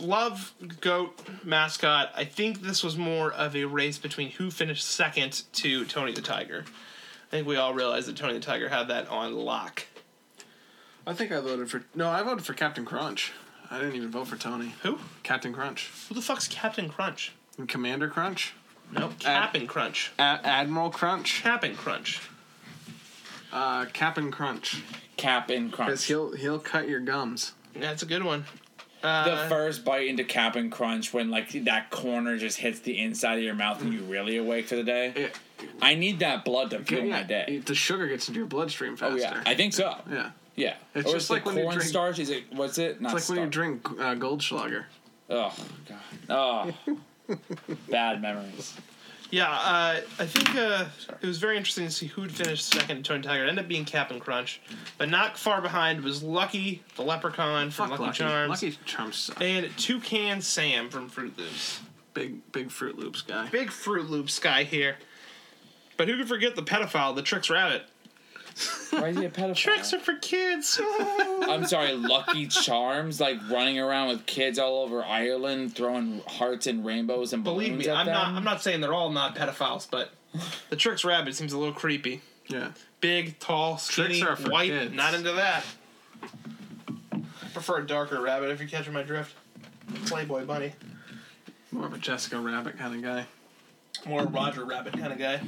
Speaker 4: love goat mascot. I think this was more of a race between who finished second to Tony the Tiger. I think we all realized that Tony the Tiger had that on lock.
Speaker 2: I think I voted for. No, I voted for Captain Crunch. I didn't even vote for Tony.
Speaker 4: Who?
Speaker 2: Captain Crunch.
Speaker 4: Who the fuck's Captain Crunch?
Speaker 2: And Commander Crunch.
Speaker 4: No, Captain Crunch.
Speaker 2: A- Admiral Crunch.
Speaker 4: Captain Crunch.
Speaker 2: Uh, Captain Crunch.
Speaker 3: Cap and
Speaker 2: Because
Speaker 3: crunch.
Speaker 2: he'll he'll cut your gums.
Speaker 4: That's a good one. Uh,
Speaker 3: the first bite into Cap and Crunch when like that corner just hits the inside of your mouth and you really awake for the day.
Speaker 2: It,
Speaker 3: I need that blood to fuel my
Speaker 2: yeah,
Speaker 3: day.
Speaker 2: it- the sugar gets into your bloodstream
Speaker 3: Oh
Speaker 2: faster.
Speaker 3: yeah, I think so.
Speaker 2: yeah.
Speaker 3: Yeah,
Speaker 2: It's
Speaker 3: or
Speaker 2: just
Speaker 3: the
Speaker 2: like when you drink-
Speaker 3: cornstarch. Is it? What's it? Not
Speaker 2: It's like when you
Speaker 3: starch.
Speaker 2: drink uh, Goldschlager.
Speaker 3: Oh god. Oh. Bad memories.
Speaker 4: Yeah, uh, I think uh, it was very interesting to see who'd finish second to Tony Tiger. It ended up being Captain Crunch, but not far behind was Lucky the Leprechaun from
Speaker 2: Fuck
Speaker 4: Lucky,
Speaker 2: Lucky.
Speaker 4: Charms
Speaker 2: Lucky Charms suck.
Speaker 4: and Toucan Sam from Fruit Loops.
Speaker 2: Big big Fruit Loops guy.
Speaker 4: Big Fruit Loops guy here. But who could forget the pedophile, the Tricks Rabbit?
Speaker 3: Why is he a pedophile?
Speaker 4: Tricks are for kids.
Speaker 3: I'm sorry, Lucky Charms, like running around with kids all over Ireland, throwing hearts and rainbows and
Speaker 4: Believe
Speaker 3: balloons
Speaker 4: me,
Speaker 3: at
Speaker 4: I'm not.
Speaker 3: them.
Speaker 4: I'm not saying they're all not pedophiles, but the Tricks Rabbit seems a little creepy.
Speaker 2: Yeah.
Speaker 4: Big, tall, skinny,
Speaker 2: are for
Speaker 4: white.
Speaker 2: kids.
Speaker 4: Not into that. I prefer a darker rabbit if you're catching my drift. Playboy bunny.
Speaker 2: More of a Jessica Rabbit kind of guy.
Speaker 4: More Roger Rabbit kind of guy.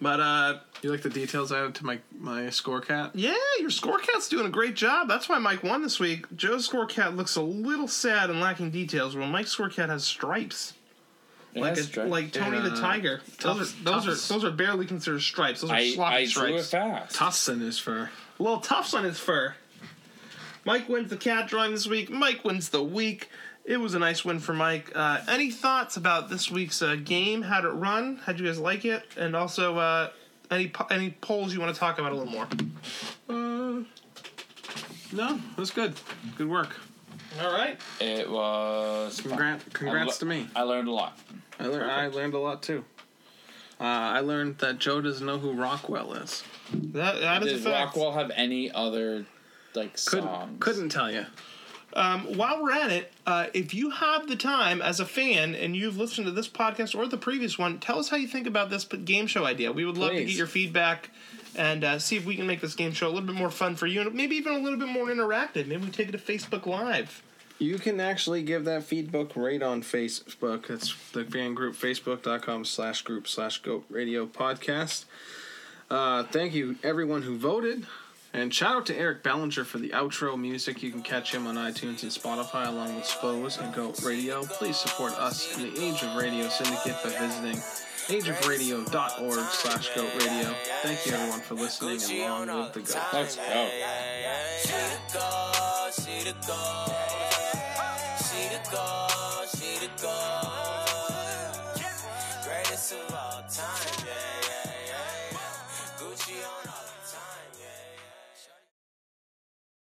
Speaker 4: But uh
Speaker 2: You like the details I added to my my score cat?
Speaker 4: yeah, your scorecat's doing a great job. That's why Mike won this week. Joe's scorecat looks a little sad and lacking details, while Mike's scorecat has stripes.
Speaker 3: It
Speaker 4: Like,
Speaker 3: has
Speaker 4: a-
Speaker 3: stripes.
Speaker 4: like Tony
Speaker 2: And,
Speaker 4: the
Speaker 2: uh,
Speaker 4: Tiger. Those
Speaker 2: tufts-
Speaker 4: are those
Speaker 2: tufts.
Speaker 4: are those are barely considered stripes. Those are
Speaker 3: I,
Speaker 4: sloppy
Speaker 3: I
Speaker 4: stripes.
Speaker 3: drew it fast.
Speaker 2: Tufts in his fur.
Speaker 4: little tufts on his fur. Mike wins the cat drawing this week. Mike wins the week. It was a nice win for Mike. Uh, any thoughts about this week's uh, game? How'd it run? How'd you guys like it? And also, uh, any po- any polls you want to talk about a little more?
Speaker 2: No, that's good. Good work.
Speaker 4: All right.
Speaker 3: It was.
Speaker 2: Congrats, congrats to me.
Speaker 3: I learned a lot.
Speaker 2: I learned, I learned a lot too. Uh, I learned that Joe doesn't know who Rockwell is.
Speaker 4: That, that is a
Speaker 3: Does
Speaker 4: fact.
Speaker 3: Rockwell have any other like
Speaker 2: Couldn't
Speaker 3: songs?
Speaker 2: couldn't tell you.
Speaker 4: Um, while we're at it, uh, if you have the time as a fan and you've listened to this podcast or the previous one, tell us how you think about this p- game show idea. We would love to get
Speaker 2: Please.
Speaker 4: your feedback and uh, see if we can make this game show a little bit more fun for you and maybe even a little bit more interactive. Maybe we take it to Facebook Live.
Speaker 2: You can actually give that feedback right on Facebook. It's the fan group, facebook.com slash group slash goat radio podcast. Uh, thank you, everyone who voted. And shout out to Eric Bellinger for the outro music. You can catch him on iTunes and Spotify along with Spose and Goat Radio. Please support us in the Age of Radio Syndicate by visiting ageofradio.org slash goat radio. Thank you everyone for listening and long live the goat.
Speaker 8: Let's go.
Speaker 9: See the goal, see the goal.